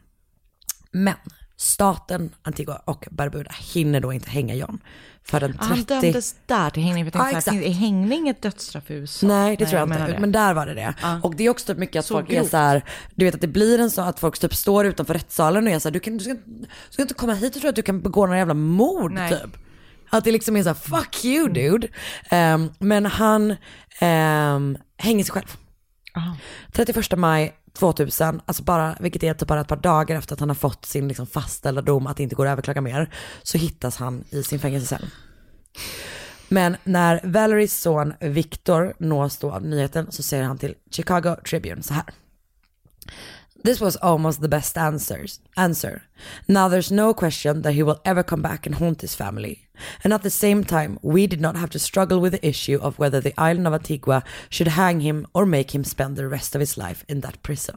Speaker 5: Men staten Antigua och Barbuda hinner då inte hänga John för den 30...
Speaker 6: Han dömdes där till hängning. Vi tänkte
Speaker 5: Ja,
Speaker 6: så här,
Speaker 5: exakt.
Speaker 6: finns- är hängning ett dödsstraff i USA?
Speaker 5: Nej det tror jag,
Speaker 6: menar
Speaker 5: inte,
Speaker 6: det.
Speaker 5: men där var det det. Och det är också typ mycket att
Speaker 6: Så
Speaker 5: folk är
Speaker 6: grovt.
Speaker 5: så här, du vet att det blir en så att folk typ står utanför rättssalen och är så här, du, kan, du, ska, du ska inte komma hit och tro att du kan begå några jävla mord
Speaker 6: Nej. Mm.
Speaker 5: typ. Att det liksom är så här, fuck you dude. Ehm, men han ehm, hänger sig själv.
Speaker 6: Aha.
Speaker 5: 31 maj 2000, alltså bara, vilket är typ bara ett par dagar efter att han har fått sin liksom fastställda dom att det inte går att överklaga mer, så hittas han i sin fängelsecell. Men när Valeries son Victor nås då av nyheten så säger han till Chicago Tribune så här. This was almost the best answers, answer. Now there's no question that he will ever come back and haunt his family. And at the same time, we did not have to struggle with the issue of whether the island of Antigua should hang him or make him spend the rest of his life in that prison.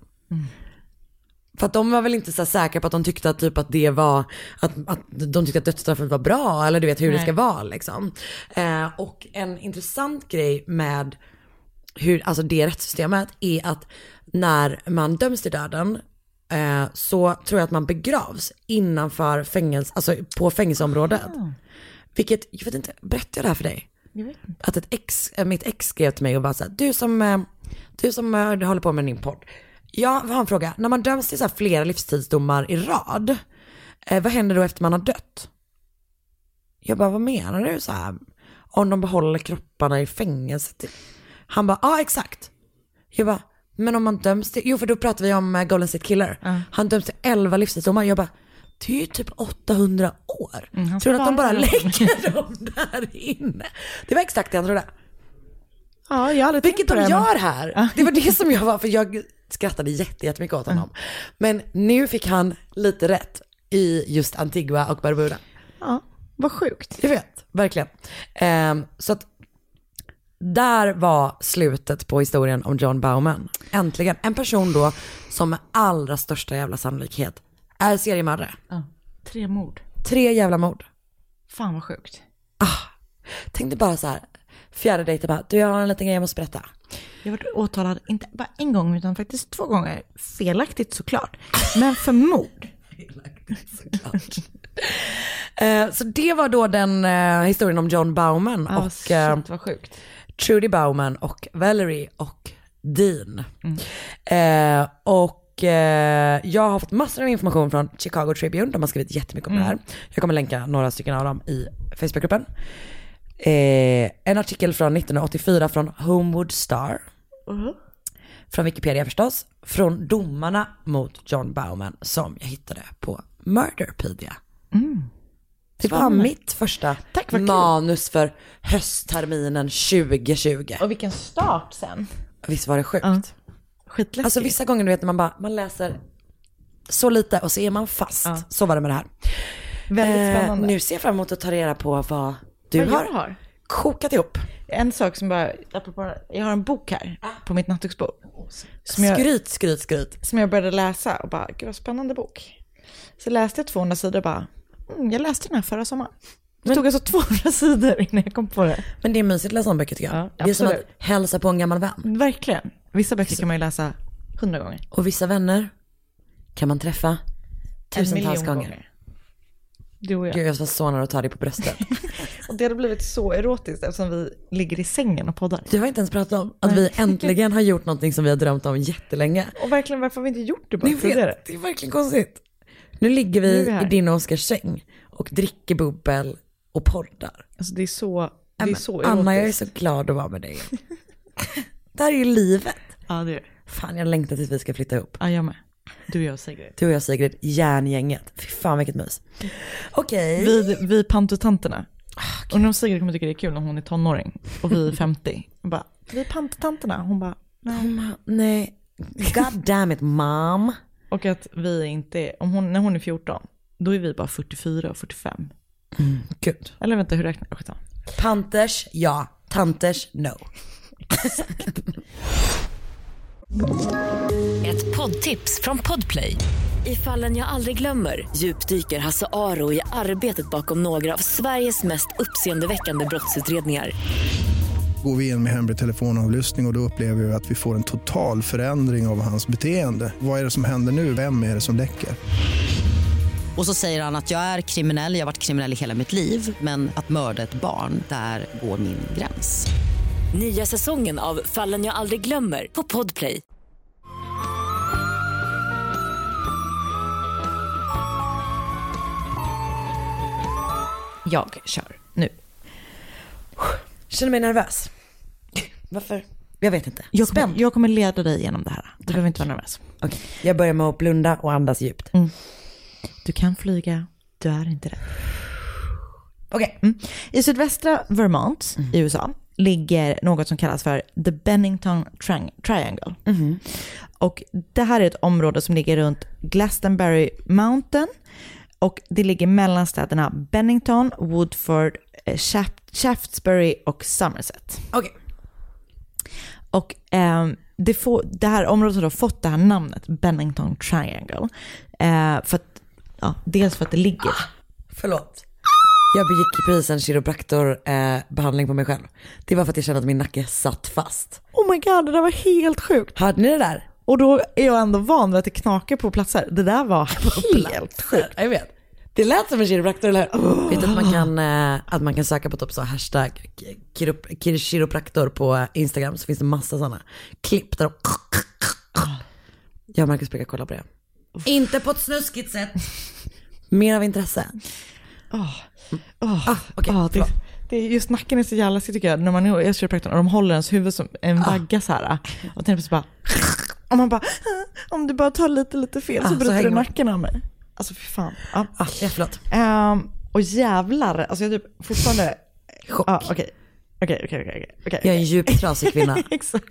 Speaker 5: För att de var väl inte så här säkra på att de tyckte att, typ att det var, att, att de tyckte att dödsstraffet var bra eller du vet hur det ska vara liksom. Eh, och en intressant grej med hur, alltså det rättssystemet är att när man döms till döden eh, så tror jag att man begravs innanför fängelse, alltså på fängelseområdet. Vilket, jag vet inte, berättade jag det här för dig? Att ett ex, eh, mitt ex skrev till mig och bara så här, du som, eh, du som eh, du håller på med din podd. Jag har en fråga, när man döms till så här flera livstidsdomar i rad, eh, vad händer då efter man har dött? Jag bara, vad menar du så här? Om de behåller kropparna i fängelset? typ. Han bara, ja ah, exakt. Jag bara, men om man döms till, jo för då pratar vi om eh, Golden State Killer. Han döms till 11 livstidsdomar. Jag bara, det är ju typ 800 år. tror du att de bara
Speaker 6: Mm,
Speaker 5: lägger
Speaker 6: sparar dem?
Speaker 5: dem där inne? Det var exakt det han trodde.
Speaker 6: Ja, jag har aldrig
Speaker 5: Vilket
Speaker 6: tänkt på
Speaker 5: de
Speaker 6: det. men-
Speaker 5: gör här. Det var det som jag var, för jag skrattade jätte- jättemycket åt
Speaker 6: Mm.
Speaker 5: honom. Men nu fick han lite rätt i just Antigua och Barbuda.
Speaker 6: Ja, vad sjukt.
Speaker 5: Jag vet, verkligen. Ehm, så att där var slutet på historien om John Bauman. Äntligen. En person då som med allra största jävla sannolikhet är seriemördare.
Speaker 6: Tre mord.
Speaker 5: Tre jävla mord.
Speaker 6: Fan vad sjukt.
Speaker 5: Tänkte bara så här, fjärde dejten bara, du jag har en liten grej jag måste berätta.
Speaker 6: Jag har varit åtalad, inte bara en gång, utan faktiskt två gånger. Felaktigt såklart, men för mord.
Speaker 5: Eh, så det var då den eh, historien om John Bauman
Speaker 6: Ja,
Speaker 5: och eh,
Speaker 6: Ah, Alltså, shit, vad sjukt.
Speaker 5: Trudy Bauman och Valerie och Dean.
Speaker 6: Mm.
Speaker 5: Eh, och eh, jag har fått massor av information från Chicago Tribune. De har skrivit jättemycket
Speaker 6: Mm.
Speaker 5: om det här. Jag kommer länka några stycken av dem i Facebookgruppen. Eh, en artikel från 1984 från Homewood Star.
Speaker 6: Mm-hmm.
Speaker 5: Från Wikipedia förstås. Från domarna mot John Bauman som jag hittade på Murderpedia. Det var mitt första
Speaker 6: Mm. Tack, vad kul.
Speaker 5: manus för höstterminen 2020.
Speaker 6: Och vilken start sen.
Speaker 5: Visst var det sjukt?
Speaker 6: Ja. Skitläskigt.
Speaker 5: Alltså vissa gånger du vet när man bara, man läser så lite och så är man fast.
Speaker 6: Ja.
Speaker 5: Så var det med det här. Eh,
Speaker 6: Väldigt spännande.
Speaker 5: nu ser jag fram emot att ta reda på vad du
Speaker 6: Vad jag
Speaker 5: har,
Speaker 6: Eh, har.
Speaker 5: kokat ihop.
Speaker 6: En sak som bara, apropå, jag har en bok här på mitt nattduksbord. Som jag,
Speaker 5: Skryt, skryt, skryt.
Speaker 6: som jag började läsa och bara, gud vad spännande bok. Så läste jag 200 sidor och bara, mm, jag läste den här förra sommaren. Det tog alltså 200 sidor innan jag kom på det.
Speaker 5: Men det är mysigt att läsa om böcker tycker jag.
Speaker 6: Ja,
Speaker 5: det är som att
Speaker 6: absolut.
Speaker 5: hälsa på en gammal vän.
Speaker 6: Verkligen. Vissa böcker kan man ju läsa hundra gånger.
Speaker 5: Och vissa vänner kan man träffa
Speaker 6: En
Speaker 5: tusentals
Speaker 6: miljon
Speaker 5: gånger.
Speaker 6: Du och jag.
Speaker 5: Gud jag var så nära att ta dig på bröstet.
Speaker 6: Och det hade blivit så erotiskt eftersom vi ligger i sängen och poddar.
Speaker 5: Du har inte ens pratat om att vi äntligen har gjort någonting som vi har drömt om jättelänge.
Speaker 6: Och verkligen, varför har vi inte gjort det bara
Speaker 5: Ni
Speaker 6: tidigare?
Speaker 5: vet, det är verkligen konstigt. Nu ligger vi
Speaker 6: är vi här.
Speaker 5: i din och Oskars säng och dricker bubbel och poddar.
Speaker 6: Alltså det är så, det är
Speaker 5: Men,
Speaker 6: så erotiskt.
Speaker 5: Anna, jag är så glad att vara med dig. det här är ju livet.
Speaker 6: Ja, det är det.
Speaker 5: Fan, jag längtar tills vi ska flytta ihop.
Speaker 6: Ja, jag med. Du, jag och Sigrid.
Speaker 5: Du och jag Sigrid, järngänget. Fy fan vilket mys. Okej.
Speaker 6: Vi, vi pantotanterna.
Speaker 5: Ah,
Speaker 6: Undrar om Sigrid kommer tycka det är kul när hon är tonåring och vi är 50. Hon bara, vi är pantotanterna. Hon bara, nej.
Speaker 5: Ma- Nej. God damn it mom.
Speaker 6: Och att vi inte är, om hon, när hon är 14, då är vi bara 44 och 45.
Speaker 5: Gud.
Speaker 6: Eller vänta, hur räknar jag? Skitsamma.
Speaker 5: Panters, ja. Tanters, no.
Speaker 4: Ett poddtips från Podplay. I fallen jag aldrig glömmer djupdyker Hasse Aro i arbetet bakom några av Sveriges mest uppseendeväckande brottsutredningar.
Speaker 7: Går vi in med hemlig telefonavlyssning och, och då upplever vi att vi får en total förändring av hans beteende. Vad är det som händer nu? Vem är det som läcker?
Speaker 8: Och så säger han att jag är kriminell, jag har varit kriminell i hela mitt liv men att mörda ett barn, där går min gräns.
Speaker 4: Nya säsongen av Fallen jag aldrig glömmer på Podplay.
Speaker 6: Jag kör nu.
Speaker 5: Känner mig nervös. Varför? Jag vet inte.
Speaker 6: Jag
Speaker 5: Spänd.
Speaker 6: kommer, jag kommer leda dig genom det här. Du behöver inte vara nervös.
Speaker 5: Okej, jag börjar med att blunda och andas djupt.
Speaker 6: Du kan flyga, du är inte rädd.
Speaker 5: Okej.
Speaker 6: Mm. I sydvästra Vermont i USA ligger något som kallas för The Bennington Triang- Triangle. Och det här är ett område som ligger runt Glastonbury Mountain och det ligger mellan städerna Bennington, Woodford, eh, Shaft- Shaftesbury och Somerset.
Speaker 5: Okej.
Speaker 6: Och ehm, det, får, det här området har då fått det här namnet, Bennington Triangle. Eh, för att, ja, dels för att det ligger...
Speaker 5: Förlåt. Jag begick precis en kiropraktorbehandling på mig själv. Det var för att jag kände att min nacke satt fast.
Speaker 6: Oh my god, det där var helt sjukt.
Speaker 5: Hörde ni det där?
Speaker 6: Och då är jag ändå van vid att det knakar på platser. Det där var helt sjukt.
Speaker 5: Jag vet. Det lät som en kiropraktor, eller hur? Vet du att man, kan, eh, att man kan söka på typ så hashtag kirop, kir- kiropraktor på eh, Instagram så finns det massa sådana klipp där de... Jag och Marcus brukar kolla på det. Inte på ett snuskigt sätt. Mer av intresse.
Speaker 6: Åh,
Speaker 5: Ah, okej,
Speaker 6: ah, det,
Speaker 5: förlåt.
Speaker 6: det, är just nacken är så jävla läskig tycker jag. När man är hos kiropraktorn och de håller ens huvud som en
Speaker 5: Ah.
Speaker 6: vagga så här. Och tänker så bara... Och man bara... "Ah, Om du bara tar lite, lite fel
Speaker 5: Ah,
Speaker 6: så
Speaker 5: så
Speaker 6: bryter
Speaker 5: hänger
Speaker 6: du
Speaker 5: man.
Speaker 6: nacken av mig. Alltså fy fan. Ja.
Speaker 5: Ah, ja, förlåt.
Speaker 6: Ehm, och jävlar, alltså jag är typ fortfarande...
Speaker 5: Chock.
Speaker 6: Ja, Okej, okej, okej, okej, okej.
Speaker 5: Jag är en djupt trasig kvinna.
Speaker 6: Exakt.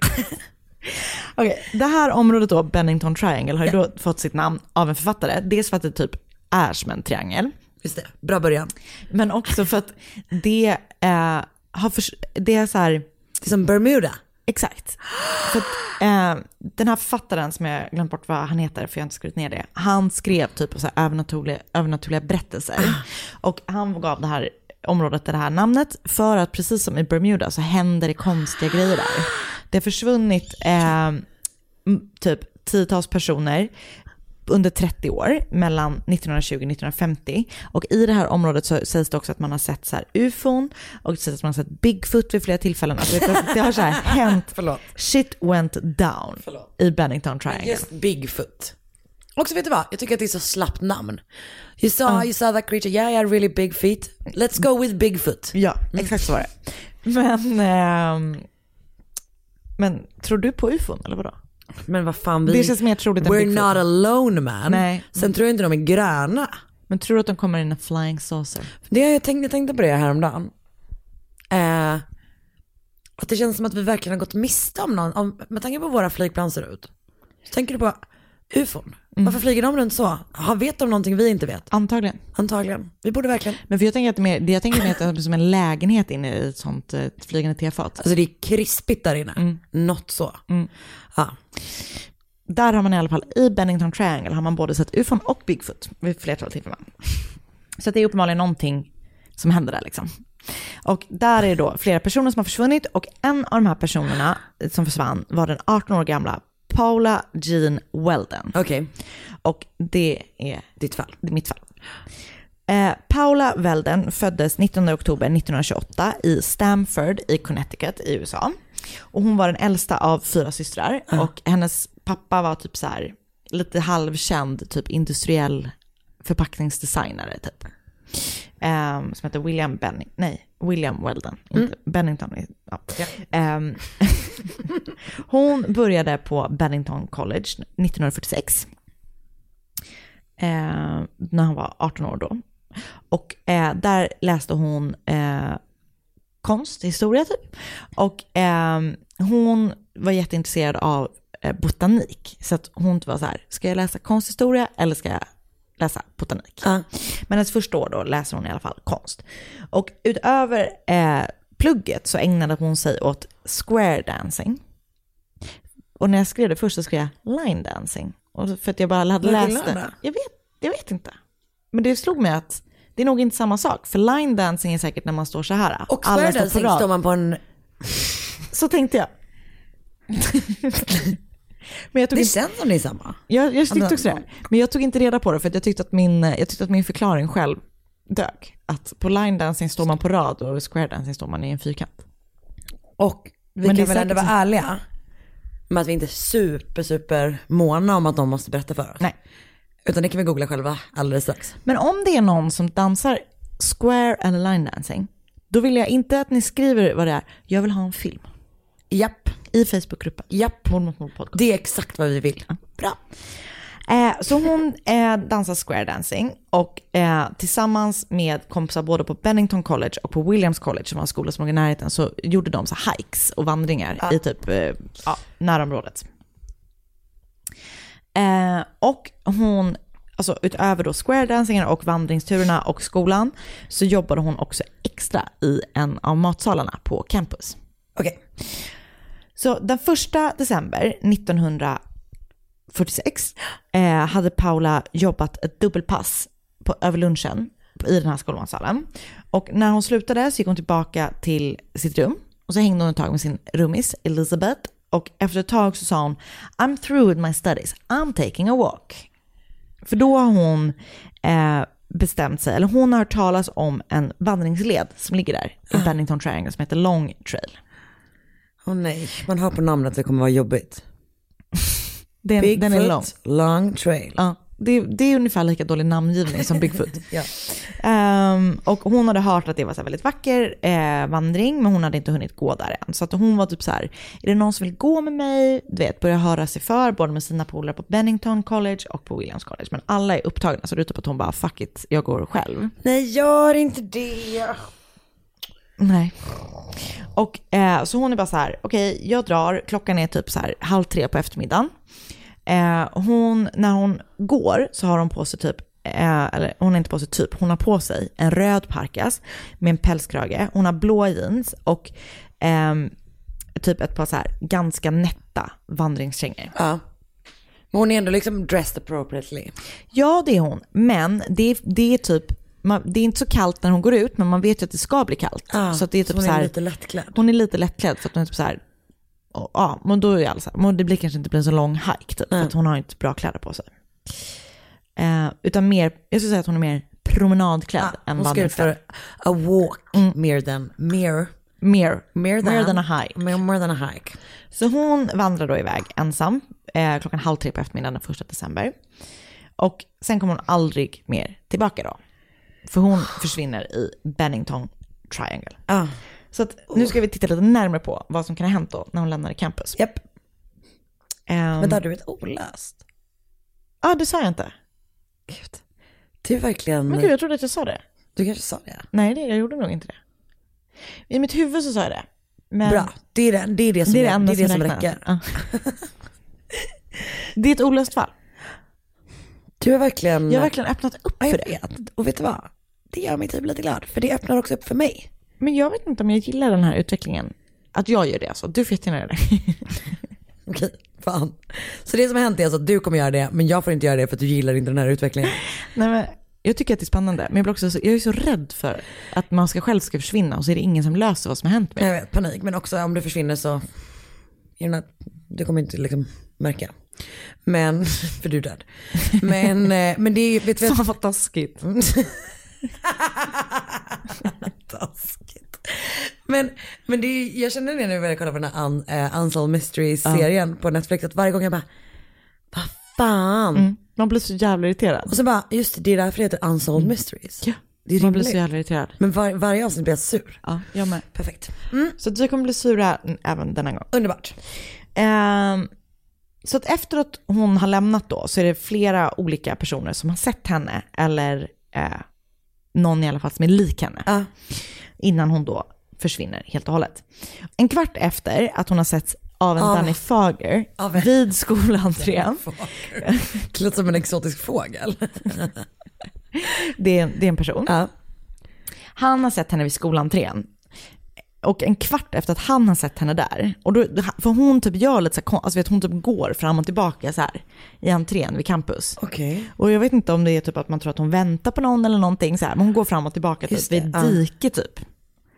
Speaker 6: Okej, det här området då, Bennington Triangle, har ju då fått sitt namn av en författare. Dels för att det typ är som en triangel,
Speaker 5: Just det, bra början.
Speaker 6: men också för att det, eh, har förs- det är så här,
Speaker 5: Det är som Bermuda.
Speaker 6: exakt. För att, eh, den här författaren som jag glömt bort vad han heter, för jag har inte skrivit ner det, han skrev typ så här övernaturliga, övernaturliga berättelser. Och han gav det här området det här namnet för att precis som i Bermuda så händer det konstiga grejer där. Det har försvunnit eh, m- typ tiotals personer under 30 år, mellan 1920 och 1950. Och i det här området så sägs det också att man har sett så här ufon och det sägs att man har sett Bigfoot vid flera tillfällen. Alltså det, det har så här hänt,
Speaker 5: Förlåt.
Speaker 6: shit went down
Speaker 5: Förlåt.
Speaker 6: i Bennington Triangle.
Speaker 5: Just Bigfoot. Och så vet du vad, jag tycker att det är så slappt namn. You saw, you saw that creature, yeah, yeah, really big feet. Let's go with Bigfoot.
Speaker 6: Ja, exakt så var det. Men, ehm, men tror du på ufon eller vadå?
Speaker 5: Men vad fan, vi...
Speaker 6: Det känns mer troligt än
Speaker 5: We're
Speaker 6: Bigfoot.
Speaker 5: not alone man.
Speaker 6: Nej.
Speaker 5: Sen tror jag inte de är gröna.
Speaker 6: Men tror du att de kommer in en flying saucer?
Speaker 5: Det har jag tänkte, jag tänkte på det häromdagen. Eh, att det känns som att vi verkligen har gått miste om någon, om, med tanke på hur våra flygplan ser ut. Så tänker du på ufon.
Speaker 6: Mm.
Speaker 5: Varför flyger de runt så? Jaha, vet de någonting vi inte vet?
Speaker 6: Antagligen.
Speaker 5: Antagligen. Vi borde verkligen.
Speaker 6: Men för jag tänker att det, är mer, det jag tänker mer att det är som en lägenhet inne i ett sånt eh, flygande tefat.
Speaker 5: Alltså det är krispigt där inne.
Speaker 6: Mm.
Speaker 5: Något så. Ja.
Speaker 6: Där har man i alla fall, i Bennington Triangle har man både sett ufon och Bigfoot vid flertal tillfällen. Så att det är uppenbarligen någonting som händer där liksom. Och där är då flera personer som har försvunnit och en av de här personerna som försvann var den 18 år gamla Paula Jean Weldon.
Speaker 5: Okej,
Speaker 6: Och det är
Speaker 5: ditt fall.
Speaker 6: i mitt fall. Eh, Paula Weldon föddes 19 oktober 1928 i Stamford i Connecticut i USA. Och hon var den äldsta av fyra systrar och hennes pappa var typ så här lite halvkänd, typ industriell förpackningsdesignare typ. Ehm, som heter William Benning, nej, William Weldon, inte Bennington. Ja. Ehm, hon började på Bennington College 1946 eh, när hon var 18 år då. Och eh, där läste hon eh, konst, historia typ. Och eh, hon var jätteintresserad av eh, botanik. Så att hon var så här, ska jag läsa konsthistoria eller ska jag läsa botanik?
Speaker 5: Ja.
Speaker 6: Men hennes första år då läser hon i alla fall konst. Och utöver eh, plugget så ägnade hon sig åt square dancing. Och när jag skrev det först så skrev jag line dancing. Och så- för att jag bara
Speaker 5: Vad
Speaker 6: hade läst
Speaker 5: gillar
Speaker 6: det.
Speaker 5: du?
Speaker 6: Jag vet, jag vet inte. Men det slog mig att det är nog inte samma sak. För line dancing är säkert när man står så här.
Speaker 5: Och
Speaker 6: alla
Speaker 5: square
Speaker 6: står på
Speaker 5: dancing
Speaker 6: rad.
Speaker 5: står man på en...
Speaker 6: Så tänkte jag. Men jag tog
Speaker 5: Det
Speaker 6: inte,
Speaker 5: känns som det är samma.
Speaker 6: jag, jag tyckte också det. Men jag tog inte reda på det för att jag tyckte att min, jag tyckte att min förklaring själv dög. Att på line dancing står man på rad och square dancing står man i en fyrkant.
Speaker 5: Och vi
Speaker 6: Men det är
Speaker 5: kan väl ändå
Speaker 6: säkert
Speaker 5: vara ärliga med att vi inte är super, super måna om att de måste berätta för oss.
Speaker 6: Nej.
Speaker 5: Utan det kan vi googla själva alldeles strax.
Speaker 6: Men om det är någon som dansar square eller line dancing, då vill jag inte att ni skriver vad det är. Jag vill ha en film.
Speaker 5: Japp,
Speaker 6: I Facebookgruppen.
Speaker 5: japp.
Speaker 6: Mord mot mord podcast.
Speaker 5: Det är exakt vad vi vill.
Speaker 6: Bra. Eh, så hon eh, dansar square dancing och eh, tillsammans med kompisar både på Bennington College och på Williams College som var en skola som låg i närheten så gjorde de så här hikes och vandringar i typ eh, ja, närområdet. Eh, och hon, alltså utöver då square dancingen och vandringsturerna och skolan så jobbade hon också extra i en av matsalarna på campus.
Speaker 5: Okej,
Speaker 6: Så den första december 1946 eh, hade Paula jobbat ett dubbelpass på, över lunchen i den här skolmatsalen. Och när hon slutade så gick hon tillbaka till sitt rum och så hängde hon ett tag med sin rummis Elizabeth. Och efter ett tag så sa hon I'm through with my studies, I'm taking a walk. För då har hon eh, bestämt sig, eller hon har hört talas om en vandringsled som ligger där i Bennington Triangle som heter Long Trail.
Speaker 5: åh nej. Man hör på namnet att det kommer vara jobbigt.
Speaker 6: Den,
Speaker 5: Bigfoot,
Speaker 6: den är lång.
Speaker 5: long trail.
Speaker 6: Ja, det, det är ungefär lika dålig namngivning som Bigfoot. Ehm, och hon hade hört att det var så här väldigt vacker eh, vandring, men hon hade inte hunnit gå där än. Så att hon var typ så här, är det någon som vill gå med mig? Du vet, börja höra sig för, både med sina polare på Bennington College och på Williams College. Men alla är upptagna, så det är typ att hon bara, fuck it, jag går själv.
Speaker 5: Nej, gör inte det.
Speaker 6: Nej. Och eh, så hon är bara så här, okej jag drar, klockan är typ så här halv tre på eftermiddagen. Eh, hon, när hon går så har hon på sig typ, eh, eller hon har inte på sig typ, hon har på sig en röd parkas med en pälskrage, hon har blå jeans och ehm, typ ett par så här ganska nätta vandringskängor.
Speaker 5: Ja. Men hon är ändå liksom dressed appropriately.
Speaker 6: Ja, det är hon. Men det är, det är typ, man, det är inte så kallt när hon går ut, men man vet ju att det ska bli kallt.
Speaker 5: Ja,
Speaker 6: så att det är
Speaker 5: så
Speaker 6: typ
Speaker 5: hon är
Speaker 6: så här,
Speaker 5: lite lättklädd.
Speaker 6: Hon är lite lättklädd för att hon är typ så här, Och, ja, men då är alla så här, men det blir kanske inte blir en så lång hike typ, för att hon har inte bra kläder på sig. Eh, utan mer, jag skulle säga att hon är mer promenadklädd än
Speaker 5: Hon ska ut
Speaker 6: vandringsklädd.
Speaker 5: för a walk mer than, mer,
Speaker 6: Mer,
Speaker 5: mer than,
Speaker 6: Mm. mer than a hike.
Speaker 5: Mer, more than a hike.
Speaker 6: Så hon vandrar då iväg ensam eh, klockan halv tre på eftermiddagen den första december. Och sen kommer hon aldrig mer tillbaka då. För hon försvinner i Bennington Triangle.
Speaker 5: Ja,
Speaker 6: Så att,
Speaker 5: Oh.
Speaker 6: nu ska vi titta lite närmare på vad som kan ha hänt då när hon lämnade campus.
Speaker 5: japp.
Speaker 6: Ehm,
Speaker 5: Men där du ett olöst.
Speaker 6: Ja, det sa jag inte.
Speaker 5: Gud. Du är verkligen,
Speaker 6: Men gud, jag trodde att jag sa det.
Speaker 5: du kanske sa det.
Speaker 6: Nej, det, jag gjorde nog inte det. I mitt huvud så sa jag det. Men
Speaker 5: Bra, det är det, det, är det som,
Speaker 6: det är det
Speaker 5: det
Speaker 6: enda
Speaker 5: är det som,
Speaker 6: räknas.
Speaker 5: räcker.
Speaker 6: Ja. det är ett olöst fall.
Speaker 5: Du är verkligen...
Speaker 6: Jag har verkligen öppnat upp
Speaker 5: Ja,
Speaker 6: för
Speaker 5: jag
Speaker 6: det.
Speaker 5: vet. Och vet du vad? Det gör mig typ lite glad, för det öppnar också upp för mig.
Speaker 6: Men jag vet inte om jag gillar den här utvecklingen. Att jag gör det alltså. Du får jättegärna göra det.
Speaker 5: Okej, fan. Så det som har hänt är alltså att du kommer göra det, men jag får inte göra det för att du gillar inte den här utvecklingen.
Speaker 6: Nej, men jag tycker att det är spännande. Men jag, blir också så, jag är så rädd för att man ska själv ska försvinna och så är det ingen som löser vad som har hänt mig.
Speaker 5: Jag vet, panik. Men också om du försvinner så, you're not, du kommer inte liksom märka. Men, för du är död. Men, eh, men det är, vet du vad
Speaker 6: Fan vad taskigt.
Speaker 5: Taskigt. Men, men det är, jag känner det nu när jag kollar på den här Un, eh, Unsolved Mystery-serien på Netflix, att varje gång jag bara, vad fan.
Speaker 6: Man blir så jävla irriterad.
Speaker 5: Och så bara, just det, det är därför det heter Unsolved Mysteries.
Speaker 6: Ja,
Speaker 5: det är
Speaker 6: man blir
Speaker 5: rimligt.
Speaker 6: så jävla irriterad.
Speaker 5: Men var, varje avsnitt blir jag sur.
Speaker 6: Ja, jag med.
Speaker 5: Perfekt.
Speaker 6: Så att vi kommer bli sura mm, även denna gång.
Speaker 5: Underbart.
Speaker 6: Ehm, så att efter att hon har lämnat då så är det flera olika personer som har sett henne eller eh, någon i alla fall som är lik henne.
Speaker 5: Ja.
Speaker 6: Innan hon då försvinner helt och hållet. En kvart efter att hon har setts av en
Speaker 5: Av-
Speaker 6: Danny Fager
Speaker 5: av en-
Speaker 6: vid skolentrén.
Speaker 5: Det låter som en exotisk fågel.
Speaker 6: Det är, det är en person.
Speaker 5: Ja.
Speaker 6: Han har sett henne vid skolentrén. Och en kvart efter att han har sett henne där, och då, för hon typ gör lite så här, kon- alltså vet, hon typ går fram och tillbaka så här i entrén vid campus.
Speaker 5: Okej.
Speaker 6: Och jag vet inte om det är typ att man tror att hon väntar på någon eller någonting så här, men hon går fram och tillbaka
Speaker 5: Just
Speaker 6: typ
Speaker 5: det,
Speaker 6: vid
Speaker 5: ja.
Speaker 6: ett dike typ.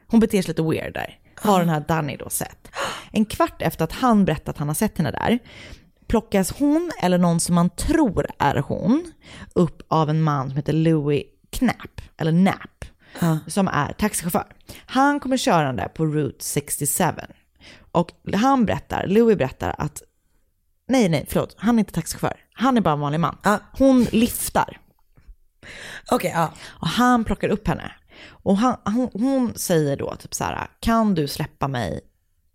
Speaker 6: Hon beter sig lite weird där. Har den här Danny då sett. En kvart efter att han berättat att han har sett henne där plockas hon eller någon som man tror är hon upp av en man som heter Louis Knapp, eller Knapp, som är taxichaufför. Han kommer körande på Route 67 och han berättar, Louis berättar att Nej, nej, förlåt. Han är inte taxichaufför. Han är bara en vanlig man.
Speaker 5: Ah.
Speaker 6: Hon liftar
Speaker 5: Okej, ja.
Speaker 6: och han plockar upp henne. Och han, hon, hon säger då typ så här, kan du släppa mig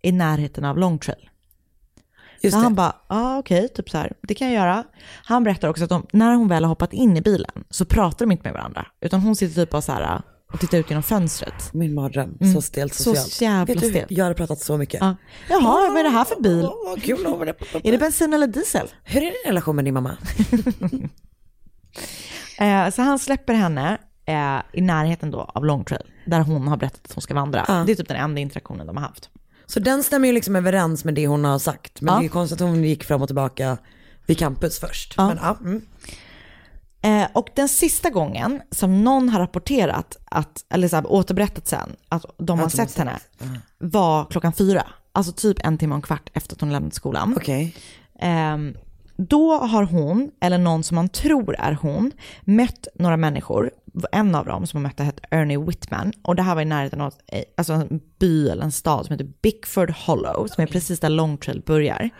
Speaker 6: i närheten av Long Trail?
Speaker 5: Just
Speaker 6: så
Speaker 5: det.
Speaker 6: han bara, ja okej, typ så här, det kan jag göra. Han berättar också att de, när hon väl har hoppat in i bilen så pratar de inte med varandra. Utan hon sitter typ bara så här och tittar ut genom fönstret.
Speaker 5: Min mardröm. Så stelt
Speaker 6: Mm. Så
Speaker 5: socialt.
Speaker 6: jävla
Speaker 5: Vet du,
Speaker 6: stelt.
Speaker 5: Jag hade pratat så mycket.
Speaker 6: Ja. Jaha, vad är det här för bil?
Speaker 5: Åh, vad kul att vara det.
Speaker 6: Är det bensin eller diesel?
Speaker 5: Hur är din relation med din mamma?
Speaker 6: Eh, så han släpper henne eh, i närheten då av Long Trail, där hon har berättat att hon ska vandra. Det är typ den enda interaktionen de har haft.
Speaker 5: Så den stämmer ju liksom överens med det hon har sagt. Men
Speaker 6: Ja.
Speaker 5: det är konstigt att hon gick fram och tillbaka vid campus först. Men, ja, mm.
Speaker 6: Eh, och den sista gången som någon har rapporterat, att, eller så här, återberättat sen, att de har sett henne, var klockan fyra. Alltså typ en timme och en kvart efter att hon lämnat skolan.
Speaker 5: Okej.
Speaker 6: Ehm, då har hon, eller någon som man tror är hon, mött några människor. En av dem som hon mötte hette Ernie Whitman. Och det här var i närheten av eh, alltså en by eller en stad som heter Bickford Hollow, som är precis där Long Trail börjar.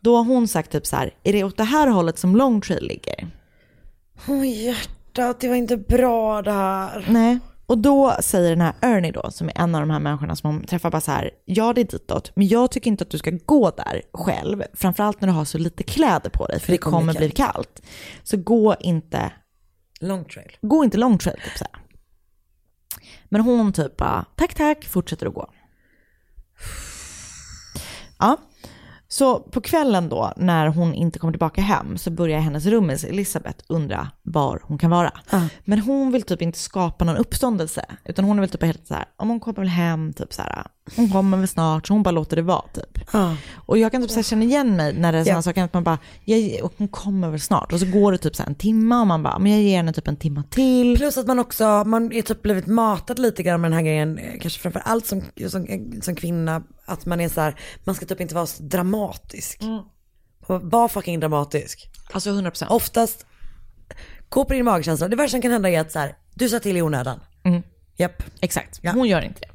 Speaker 6: Då har hon sagt typ så här, är det åt det här hållet som Long Trail ligger?
Speaker 5: Åh hjärtat, det var inte bra det här.
Speaker 6: Nej. Och då säger den här Ernie då, som är en av de här människorna som hon träffar, bara så här, ja det är ditåt, men jag tycker inte att du ska gå där själv, framförallt när du har så lite kläder på dig, för det kommer bli kallt. Så gå inte
Speaker 5: Long trail.
Speaker 6: gå inte long trail typ så här. Men hon typ bara, tack tack, fortsätter att gå. Ja. Så på kvällen då, när hon inte kommer tillbaka hem, så börjar hennes rummis Elisabeth undra var hon kan vara. Men hon vill typ inte skapa någon uppståndelse, utan hon är väl typ helt så här, om hon kommer väl hem, typ så här, hon kommer väl snart, så hon bara låter det vara typ.
Speaker 5: Ja.
Speaker 6: Och jag kan typ så här känna igen mig när det är sådana
Speaker 5: Ja.
Speaker 6: saker, att man bara, jag, och hon kommer väl snart. Och så går det typ så här en timme och man bara, men jag ger henne typ en timme till.
Speaker 5: Plus att man också, man är typ blivit matad lite grann med den här grejen, eh, kanske framför allt som, som, eh, som kvinna, att man är så här, man ska typ inte vara så dramatisk.
Speaker 6: Mm.
Speaker 5: Var fucking dramatisk.
Speaker 6: Alltså 100 procent.
Speaker 5: Oftast, gå på din magkänsla. Det värsta som kan hända är att så här, du sa till i onödan.
Speaker 6: Mm.
Speaker 5: Japp.
Speaker 6: Exakt,
Speaker 5: Ja.
Speaker 6: hon gör inte det.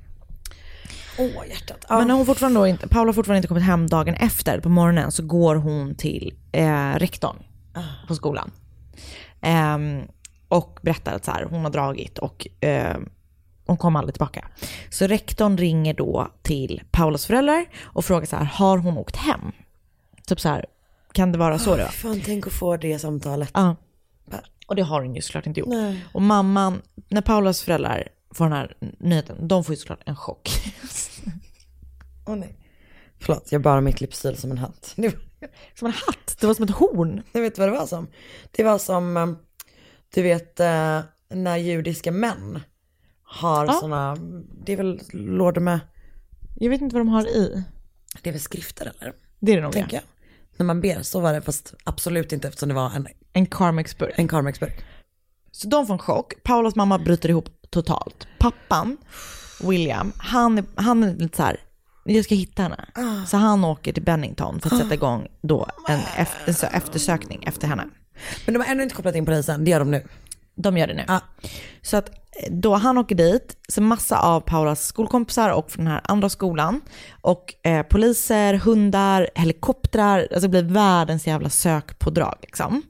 Speaker 5: Åh hjärtat. Ja.
Speaker 6: Men när hon fortfarande då inte, Paula har fortfarande inte kommit hem dagen efter på morgonen så går hon till eh, rektorn
Speaker 5: Ah.
Speaker 6: på skolan. Ehm, och berättar att så här, hon har dragit och ehm, hon kommer aldrig tillbaka. Så rektorn ringer då till Paulas föräldrar och frågar så här, har hon åkt hem? Typ så här, kan det vara så då?
Speaker 5: Fan tänk att få det samtalet.
Speaker 6: Ja.
Speaker 5: Ah.
Speaker 6: Och det har hon ju såklart inte gjort. Och mamman, när Paulas föräldrar får den här nyheten, de får ju såklart en chock.
Speaker 5: Åh nej. Förlåt, jag bara mitt livsstil som en hatt. Det var-
Speaker 6: Som en hatt, det var som ett horn.
Speaker 5: Jag vet vad det var som. Det var som, eh, du vet eh, när judiska män har
Speaker 6: Ja.
Speaker 5: sådana, det är väl lådor med,
Speaker 6: Jag vet inte vad de har i.
Speaker 5: det är väl skrifter eller?
Speaker 6: Det är det nog
Speaker 5: Tänker
Speaker 6: ja.
Speaker 5: jag. När man ber så var det fast absolut inte eftersom det var en,
Speaker 6: En karmexburk.
Speaker 5: en karmexburk.
Speaker 6: Så de får en chock. Paulas mamma bryter ihop totalt. Pappan, William, han, är- han är lite så här, jag ska hitta henne.
Speaker 5: Ah.
Speaker 6: Så han åker till Bennington för att sätta igång då en, ef- en sö- eftersökning efter henne.
Speaker 5: Men de har ännu inte kopplat in polisen, det gör de nu.
Speaker 6: De gör det nu. Så att eh, då han åker dit, så massa av Paulas skolkompisar och från den här andra skolan och eh, poliser, hundar, helikoptrar, alltså det blir världens jävla sökpådrag liksom.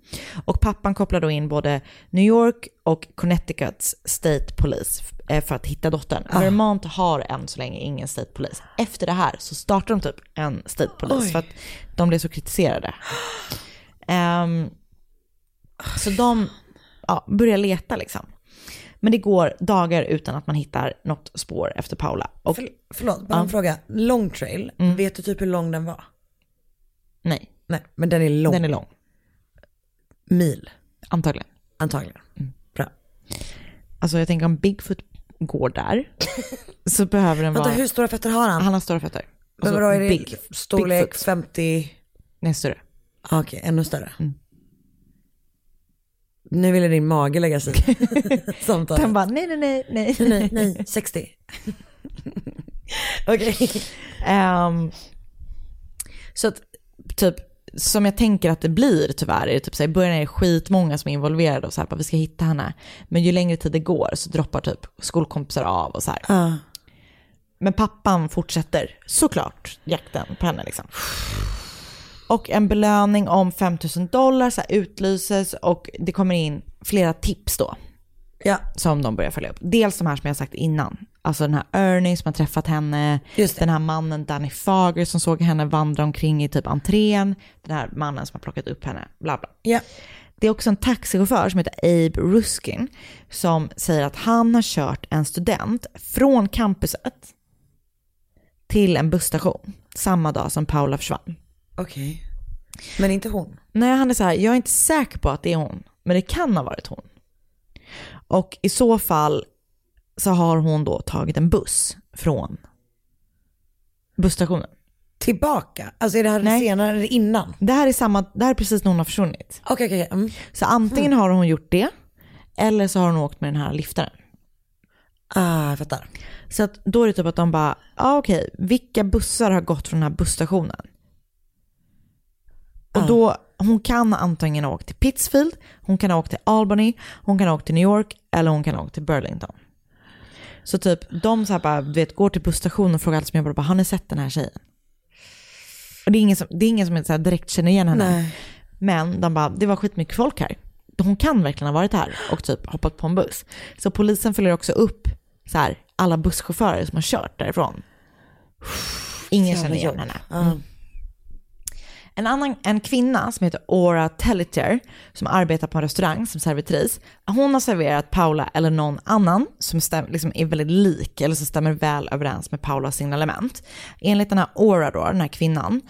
Speaker 6: Och pappan kopplar då in både New York och Connecticuts State Police eh, för att hitta dottern. Vermont har än så länge ingen State Police. Efter det här så startar de typ en State Police för att de blev så kritiserade. Ehm, så de ja, börjar leta liksom. Men det går dagar utan att man hittar något spår efter Paula. Och
Speaker 5: För, förlåt, bara en fråga. Long trail, vet du typ hur lång den var?
Speaker 6: nej,
Speaker 5: Nej, men den är lång.
Speaker 6: den är lång.
Speaker 5: Mil,
Speaker 6: Antagligen.
Speaker 5: antagligen. Bra.
Speaker 6: Alltså jag tänker om Bigfoot går där så behöver den vara...
Speaker 5: Vänta, hur stora fötter har han?
Speaker 6: Han har stora fötter.
Speaker 5: men
Speaker 6: Alltså,
Speaker 5: vadå, är det
Speaker 6: big,
Speaker 5: storlek
Speaker 6: Bigfoot.
Speaker 5: 50?
Speaker 6: Nej, större.
Speaker 5: Ah, Okej, ännu större.
Speaker 6: Mm.
Speaker 5: Nu ville din mage lägga sig i samtalet.
Speaker 6: Den bara nej, nej, nej, nej.
Speaker 5: nej, nej, 60. Okej.
Speaker 6: Ehm, så att typ, som jag tänker att det blir tyvärr, är det typ så här, i början är det skitmånga som är involverade och så här, bara, vi ska hitta henne. Men ju längre tid det går så droppar typ skolkompisar av och så här. Men pappan fortsätter såklart jakten på henne liksom. Och en belöning om 5 000 dollar så här, utlyses och det kommer in flera tips då
Speaker 5: Ja,
Speaker 6: som de börjar följa upp. Dels de här som jag sagt innan, alltså den här Ernie som har träffat henne,
Speaker 5: Just det.
Speaker 6: den här mannen Danny Fager som såg henne vandra omkring i typ entrén, den här mannen som har plockat upp henne, bla bla.
Speaker 5: ja.
Speaker 6: Det är också en taxichaufför som heter Abe Ruskin som säger att han har kört en student från campuset till en busstation samma dag som Paula försvann.
Speaker 5: Okej. Men inte hon.
Speaker 6: Nej, han är så här, jag är inte säker på att det är hon, men det kan ha varit hon. Och i så fall så har hon då tagit en buss från busstationen.
Speaker 5: Tillbaka? Alltså är det här
Speaker 6: Nej.
Speaker 5: senare eller innan?
Speaker 6: Det här är samma, det här är precis när hon har försvunnit.
Speaker 5: Okej, okej, okej. Mm.
Speaker 6: Så antingen har hon gjort det, eller så har hon åkt med den här liftaren.
Speaker 5: Ah, jag fattar.
Speaker 6: Så att då är det typ att de bara, ja ah, okej, vilka bussar har gått från den här busstationen? Och då, hon kan antingen ha åkt till Pittsfield, hon kan ha åkt till Albany, hon kan ha åkt till New York eller hon kan ha åkt till Burlington. Så typ de så här bara, du vet, går till busstationen och frågar alla som jobbar, bara, har ni sett den här tjejen? Och det är ingen som, det är ingen som så här direkt känner igen henne. Men de bara, det var skitmycket folk här. Hon kan verkligen ha varit här och typ hoppat på en buss. Så polisen följer också upp så här, alla busschaufförer som har kört därifrån. Ingen känner igen henne.
Speaker 5: Ah.
Speaker 6: Mm. En, annan, en kvinna som heter Aura Telliter som arbetar på en restaurang som servitris. Hon har serverat Paula eller någon annan som stäm, liksom är väldigt lik eller som stämmer väl överens med Paulas signalement. Enligt den här Aura då, den här kvinnan,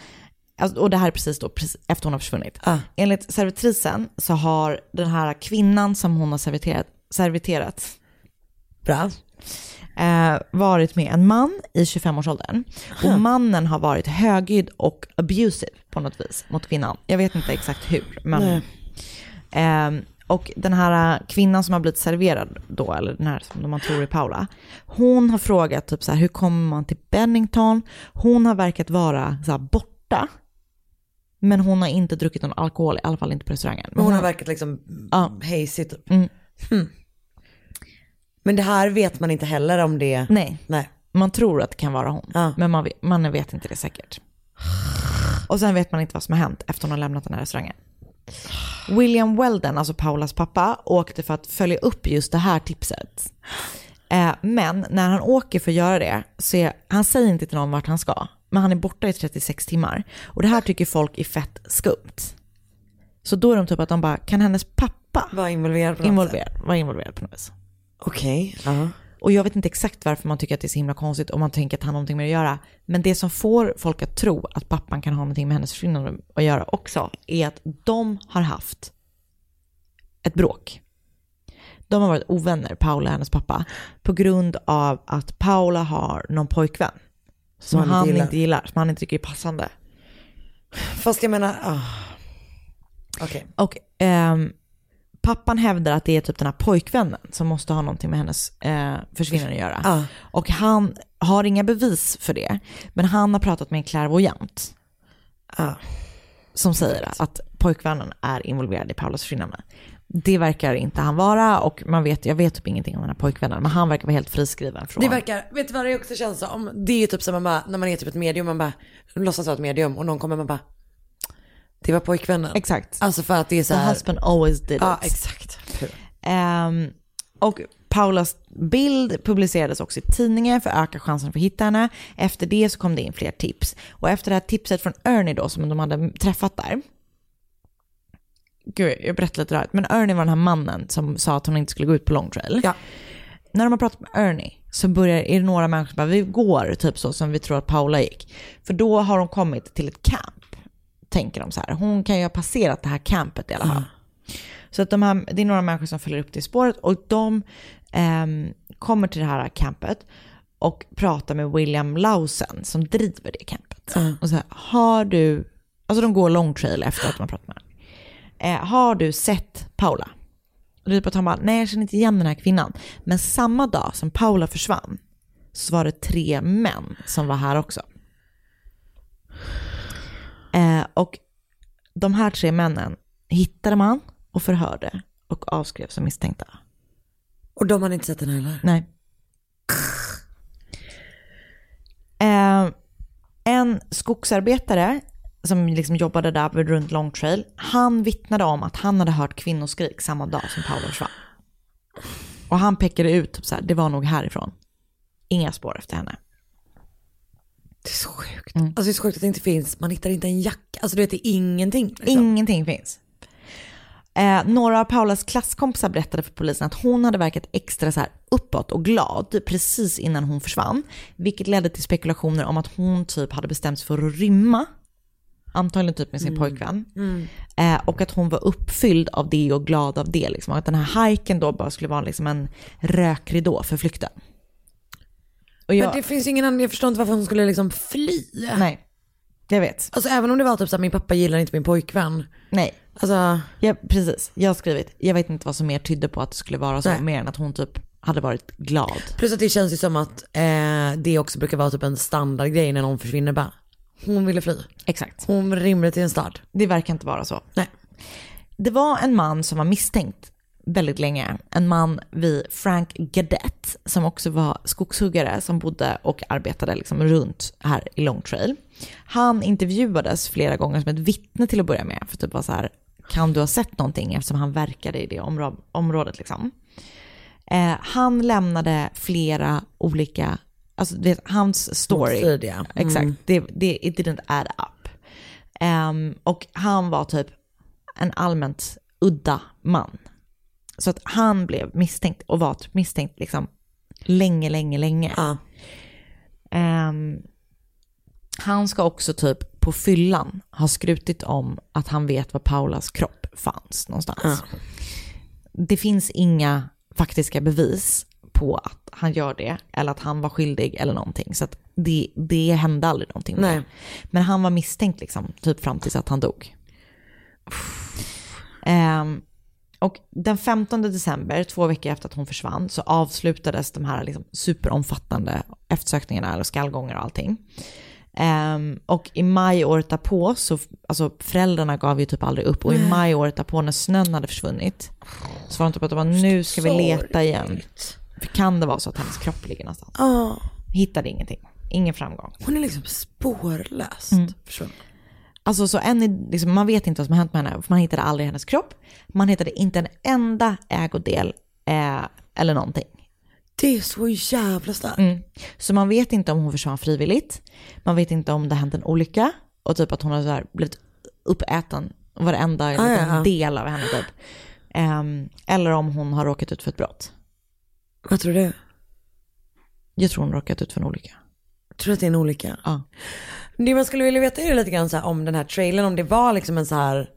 Speaker 6: alltså, och det här är precis då precis efter hon har försvunnit. Enligt servitrisen så har den här kvinnan som hon har serviterat, serviterat
Speaker 5: Bra.
Speaker 6: eh, varit med en man i 25-årsåldern. Och mannen har varit högljudd och abusive på något vis mot kvinnan. Jag vet inte exakt hur. Men, eh, och den här eh, kvinnan som har blivit serverad då, eller den här som man tror är Paula, hon har frågat typ så här, hur kommer man till Bennington? Hon har verkat vara så här, borta. Men hon har inte druckit någon alkohol, i alla fall inte på restaurangen.
Speaker 5: Men hon har verkat liksom
Speaker 6: Mm. Ja.
Speaker 5: hejsig typ.
Speaker 6: Mm.
Speaker 5: Hmm. Men det här vet man inte heller om det...
Speaker 6: Nej.
Speaker 5: Nej.
Speaker 6: Man tror att det kan vara hon,
Speaker 5: Ja.
Speaker 6: men man vet, man vet inte det säkert. Och sen vet man inte vad som har hänt efter hon har lämnat den här restaurangen. William Weldon, alltså Paulas pappa, åkte för att följa upp just det här tipset. Eh, men när han åker för att göra det, så är, han säger inte till någon vart han ska, men han är borta i 36 timmar. Och det här tycker folk är fett skumt. Så då är de typ att de bara, kan hennes pappa
Speaker 5: Var involverad på något sätt.
Speaker 6: involverad, vara involverad på något vis?
Speaker 5: Okej. ja.
Speaker 6: Och jag vet inte exakt varför man tycker att det är så himla konstigt om man tänker att han har någonting med det att göra. Men det som får folk att tro att pappan kan ha någonting med hennes försvinnande att göra också är att de har haft ett bråk. De har varit ovänner, Paula och hennes pappa, på grund av att Paula har någon pojkvän som,
Speaker 5: han inte
Speaker 6: han
Speaker 5: gillar.
Speaker 6: inte gillar, som han inte tycker är passande.
Speaker 5: Fast jag menar... ah. Okej.
Speaker 6: Och ehm, pappan hävdar att det är typ den här pojkvännen som måste ha någonting med hennes eh, försvinnande att göra.
Speaker 5: Ja.
Speaker 6: Och han har inga bevis för det, men han har pratat med en klärvoajant
Speaker 5: Ja.
Speaker 6: som säger att pojkvännen är involverad i Paulas försvinnande. Det verkar inte han vara och man vet, jag vet typ ingenting om den här pojkvännen, men han verkar vara helt friskriven från...
Speaker 5: Det verkar, vet du vad det också känns som? Det är ju typ som man bara, när man är typ ett medium, man bara låtsas vara ett medium och någon kommer man bara, det var pojkvännen.
Speaker 6: Exakt.
Speaker 5: Alltså för att det är så
Speaker 6: The
Speaker 5: här.
Speaker 6: husband always did
Speaker 5: Ja,
Speaker 6: it.
Speaker 5: exakt.
Speaker 6: Ehm, och Paulas bild publicerades också i tidningen för att öka chansen för att hitta henne. Efter det så kom det in fler tips. Och efter det här tipset från Ernie då, som de hade träffat där. Gud, jag berättade lite rörigt. Men Ernie var den här mannen som sa att hon inte skulle gå ut på long trail.
Speaker 5: Ja.
Speaker 6: När de har pratat med Ernie så börjar, är det några människor som bara, vi går typ så som vi tror att Paula gick. För då har hon kommit till ett camp, tänker de så här. Hon kan ju ha passerat det här campet i alla fall. Så att de här, det är några människor som följer upp det spåret och de ehm, kommer till det här campet och pratar med William Lausen som driver det campet. Och så här, har du, alltså de går long trail efter att man pratat med henne. Eh, har du sett Paula? Och det är på att han bara, nej jag känner inte igen den här kvinnan. Men samma dag som Paula försvann så var det tre män som var här också. Eh, och de här tre männen hittade man och förhörde och avskrev som misstänkta.
Speaker 5: Och de har inte sett den heller. Alltså
Speaker 6: Nej. Eh, en skogsarbetare som liksom jobbade där vid- runt Long Trail, han vittnade om att han hade hört kvinnoskrik samma dag som Paula försvann. Och han pekade ut, typ så här, det var nog härifrån. Inga spår efter henne.
Speaker 5: Det är så sjukt. Alltså det är så sjukt att det inte finns, man hittar inte en jacka, alltså du vet det är ingenting. Liksom.
Speaker 6: Ingenting finns. Eh, några av Paulas klasskompisar berättade för polisen att hon hade verkat extra så här uppåt och glad typ precis innan hon försvann. Vilket ledde till spekulationer om att hon typ hade bestämt sig för att rymma. Antagligen typ med
Speaker 5: Mm.
Speaker 6: sin pojkvän. Eh, och att hon var uppfylld av det och glad av det. Liksom. Och att den här hajken då bara skulle vara liksom en rökridå för flykten. Och jag,
Speaker 5: Men det finns ju ingen annan, jag förstår inte varför hon skulle liksom fly.
Speaker 6: Nej, jag vet.
Speaker 5: Alltså även om det var typ såhär, min pappa gillar inte min pojkvän.
Speaker 6: Nej.
Speaker 5: Alltså,
Speaker 6: Ja, precis. Jag har skrivit, jag vet inte vad som mer tydde på att det skulle vara så,
Speaker 5: Nej.
Speaker 6: mer än att hon typ hade varit glad.
Speaker 5: plus att det känns ju som att eh, det också brukar vara typ en standardgrej när någon försvinner bara. Hon ville fly.
Speaker 6: Exakt.
Speaker 5: Hon rymde till en stad.
Speaker 6: Det verkar inte vara så.
Speaker 5: Nej.
Speaker 6: Det var en man som var misstänkt väldigt länge. En man vid Frank Gadet som också var skogshuggare som bodde och arbetade liksom runt här i Long Trail. Han intervjuades flera gånger som ett vittne till att börja med. För typ var så här, kan du ha sett någonting? Eftersom han verkade i det omra- området liksom. Eh, han lämnade flera olika, alltså du vet, hans story.
Speaker 5: Motstridiga.
Speaker 6: Exakt, det, det, it didn't add up. Ehm, och han var typ en allmänt udda man. Så att han blev misstänkt och var typ misstänkt liksom länge, länge, länge.
Speaker 5: Ja.
Speaker 6: Ehm, han ska också typ på fyllan ha skrutit om att han vet var Paulas kropp fanns någonstans. Det finns inga faktiska bevis på att han gör det eller att han var skyldig eller någonting. Så att det, det hände aldrig någonting. med
Speaker 5: Nej.
Speaker 6: det. Men han var misstänkt liksom, typ fram tills att han dog. Ehm, och den 15 december, två veckor efter att hon försvann, så avslutades de här liksom superomfattande eftersökningarna och skallgångar och allting. Ehm, och i maj året därpå, så, alltså föräldrarna gav ju typ aldrig upp. Och i maj året därpå när snön hade försvunnit, så var de typ att de bara, nu ska vi leta igen. För kan det vara så att hennes kropp ligger någonstans?
Speaker 5: Ja,
Speaker 6: Hittade ingenting. Ingen framgång.
Speaker 5: hon är liksom spårlöst
Speaker 6: Mm.
Speaker 5: försvunnen.
Speaker 6: Alltså så än, i- liksom, man vet inte vad som har hänt med henne, för man hittade aldrig hennes kropp. Man hittade inte en enda ägodel eh, eller någonting.
Speaker 5: Det är så jävla starkt.
Speaker 6: Mm. Så man vet inte om hon försvann frivilligt, man vet inte om det hänt en olycka och typ att hon har så här blivit uppäten, varenda liten
Speaker 5: Ah, ja, ja.
Speaker 6: del av henne typ. Ehm, eller om hon har råkat ut för ett brott.
Speaker 5: Vad tror du?
Speaker 6: Jag tror hon råkat ut för en olycka.
Speaker 5: Tror du att det är en olycka?
Speaker 6: Ja.
Speaker 5: Det man skulle vilja veta är ju lite grann så här, om den här trailern, om det var liksom en så här,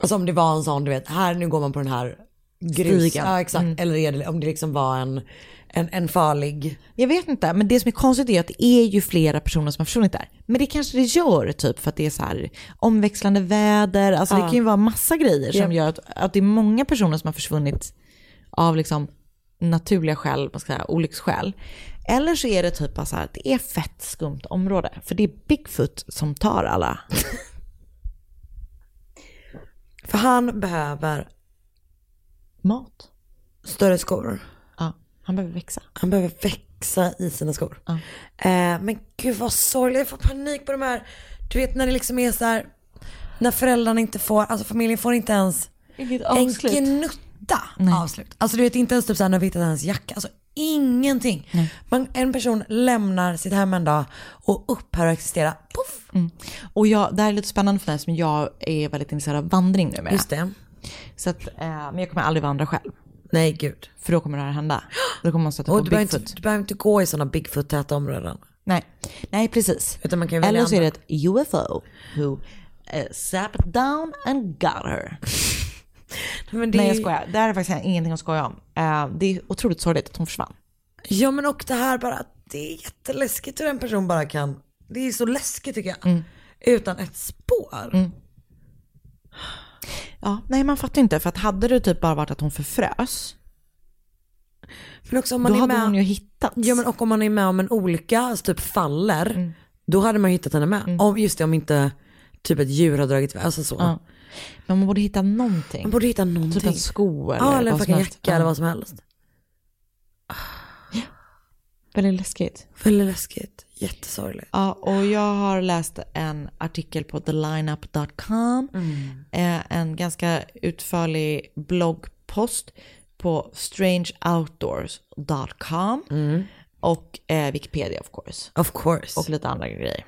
Speaker 5: alltså om det var en sån du vet, här nu går man på den här grus,
Speaker 6: Stigen. Mm.
Speaker 5: ja, exakt. Eller är det, om det liksom var en, en, en farlig,
Speaker 6: Jag vet inte, men det som är konstigt är att det är ju flera personer som har försvunnit där. Men det kanske det gör, typ för att det är så här omväxlande väder, alltså det kan ju vara massa grejer som
Speaker 5: Japp.
Speaker 6: gör att, att det är många personer som har försvunnit av liksom naturliga skäl, vad ska jag säga, olycksskäl. Eller så är det typ bara så här att det är fett skumt område, för det är Bigfoot som tar alla.
Speaker 5: för han behöver
Speaker 6: Mat.
Speaker 5: större skor.
Speaker 6: Ja, han behöver växa.
Speaker 5: Han behöver växa i sina skor. Eh, men gud vad sorgligt, jag får panik på de här, du vet när det liksom är så här, när föräldrarna inte får, alltså familjen får inte ens
Speaker 6: Vilket
Speaker 5: en gnutta avslut. Alltså du vet inte ens typ såhär när vi hittade hans jacka, alltså ingenting. Man, en person lämnar sitt hem en dag och upphör att existera, poff!
Speaker 6: Mm. Och jag, det här är lite spännande för mig som jag är väldigt intresserad av vandring nu med.
Speaker 5: Just det.
Speaker 6: Så att, eh, men jag kommer aldrig vandra själv.
Speaker 5: Nej gud.
Speaker 6: För då kommer det här hända. Då kommer man stöta
Speaker 5: Och
Speaker 6: på
Speaker 5: du behöver,
Speaker 6: Bigfoot.
Speaker 5: inte, du behöver inte gå i sådana Bigfoot-täta områden.
Speaker 6: Nej. Nej, precis.
Speaker 5: Utan man kan ju välja
Speaker 6: Eller så är det
Speaker 5: andra.
Speaker 6: ett UFO who eh, zapped down and got her.
Speaker 5: Men det
Speaker 6: Nej,
Speaker 5: är
Speaker 6: jag
Speaker 5: ju-
Speaker 6: skojar. Det här är faktiskt ingenting att skoja om. Eh, det är otroligt sorgligt att hon försvann.
Speaker 5: Ja men och det här bara, det är jätteläskigt hur en person bara kan, det är så läskigt tycker jag.
Speaker 6: Mm.
Speaker 5: Utan ett spår.
Speaker 6: Ja, nej, man fattar inte. För att hade det typ bara varit att hon förfrös,
Speaker 5: Men också om
Speaker 6: då
Speaker 5: man är
Speaker 6: hade
Speaker 5: med
Speaker 6: hon ju hittats. Mm.
Speaker 5: Ja men och om man är med om en olycka, alltså typ faller, då hade man hittat henne med. Om, just det, om inte typ ett djur har dragit iväg, alltså så.
Speaker 6: Ja. Men man borde hitta någonting.
Speaker 5: Man borde hitta någonting.
Speaker 6: Typ en sko eller
Speaker 5: ja, eller en
Speaker 6: vad som
Speaker 5: fucking
Speaker 6: helst.
Speaker 5: jacka eller vad som helst.
Speaker 6: Väldigt läskigt.
Speaker 5: Väldigt läskigt, jättesorgligt.
Speaker 6: Ja, och jag har läst en artikel på thelineup.com. Eh, en ganska utförlig bloggpost på strangeoutdoors.com. Och eh, Wikipedia of course.
Speaker 5: Of course.
Speaker 6: Och lite andra grejer.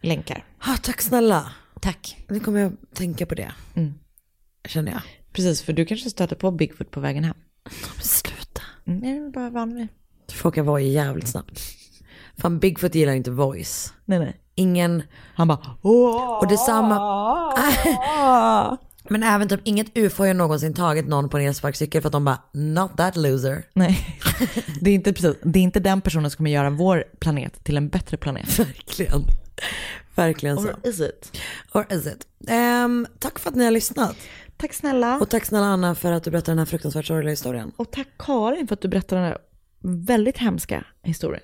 Speaker 6: Länkar.
Speaker 5: ah, tack snälla.
Speaker 6: Tack.
Speaker 5: Nu kommer jag tänka på det.
Speaker 6: Mm.
Speaker 5: Känner jag.
Speaker 6: Precis, för du kanske stöter på Bigfoot på vägen hem.
Speaker 5: Men sluta.
Speaker 6: Mm, nej, men bara vanlig.
Speaker 5: Du får åka Voi jävligt snabbt. Fan Bigfoot gillar ju inte voice.
Speaker 6: Nej, nej.
Speaker 5: Ingen
Speaker 6: Han bara, åh!
Speaker 5: Och detsamma... Men även typ inget ufo har ju någonsin tagit någon på en elsparkcykel för att de bara not that loser.
Speaker 6: Nej, det är, inte precis, det är inte den personen som kommer göra vår planet till en bättre planet.
Speaker 5: Verkligen. Verkligen så.
Speaker 6: is it?
Speaker 5: Or is it? Ehm, tack för att ni har lyssnat.
Speaker 6: Tack snälla.
Speaker 5: Och tack snälla Anna för att du berättar den här fruktansvärt sorgliga historien.
Speaker 6: Och tack Karin för att du berättade den här väldigt hemska historien.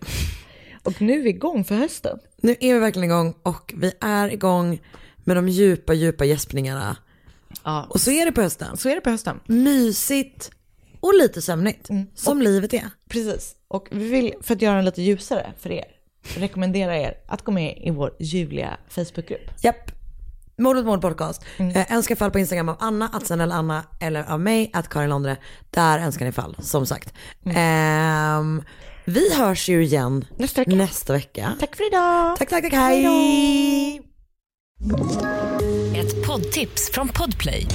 Speaker 6: Och nu är vi igång för hösten.
Speaker 5: Nu är vi verkligen igång och vi är igång med de djupa, djupa gäspningarna.
Speaker 6: Ja.
Speaker 5: Och så är det på hösten.
Speaker 6: Så är det på hösten.
Speaker 5: Mysigt och lite sömnigt. Som livet är.
Speaker 6: Precis. Och vi vill, för att göra den lite ljusare för er, rekommendera er att gå med i vår ljuvliga Facebookgrupp.
Speaker 5: Japp. Mord mot mord podcast. Eh, önska fall på Instagram av Anna, att eller Anna eller av mig, att Karin Londre. Där önskar ni fall, som sagt. Ehm, vi hörs ju igen
Speaker 6: Nästa vecka.
Speaker 5: nästa vecka.
Speaker 6: Tack för idag!
Speaker 5: Tack, tack, tack, hej!
Speaker 4: Ett poddtips från Podplay.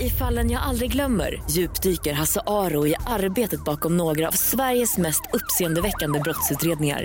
Speaker 4: I fallen jag aldrig glömmer djupdyker Hasse Aro i arbetet bakom några av Sveriges mest uppseendeväckande brottsutredningar.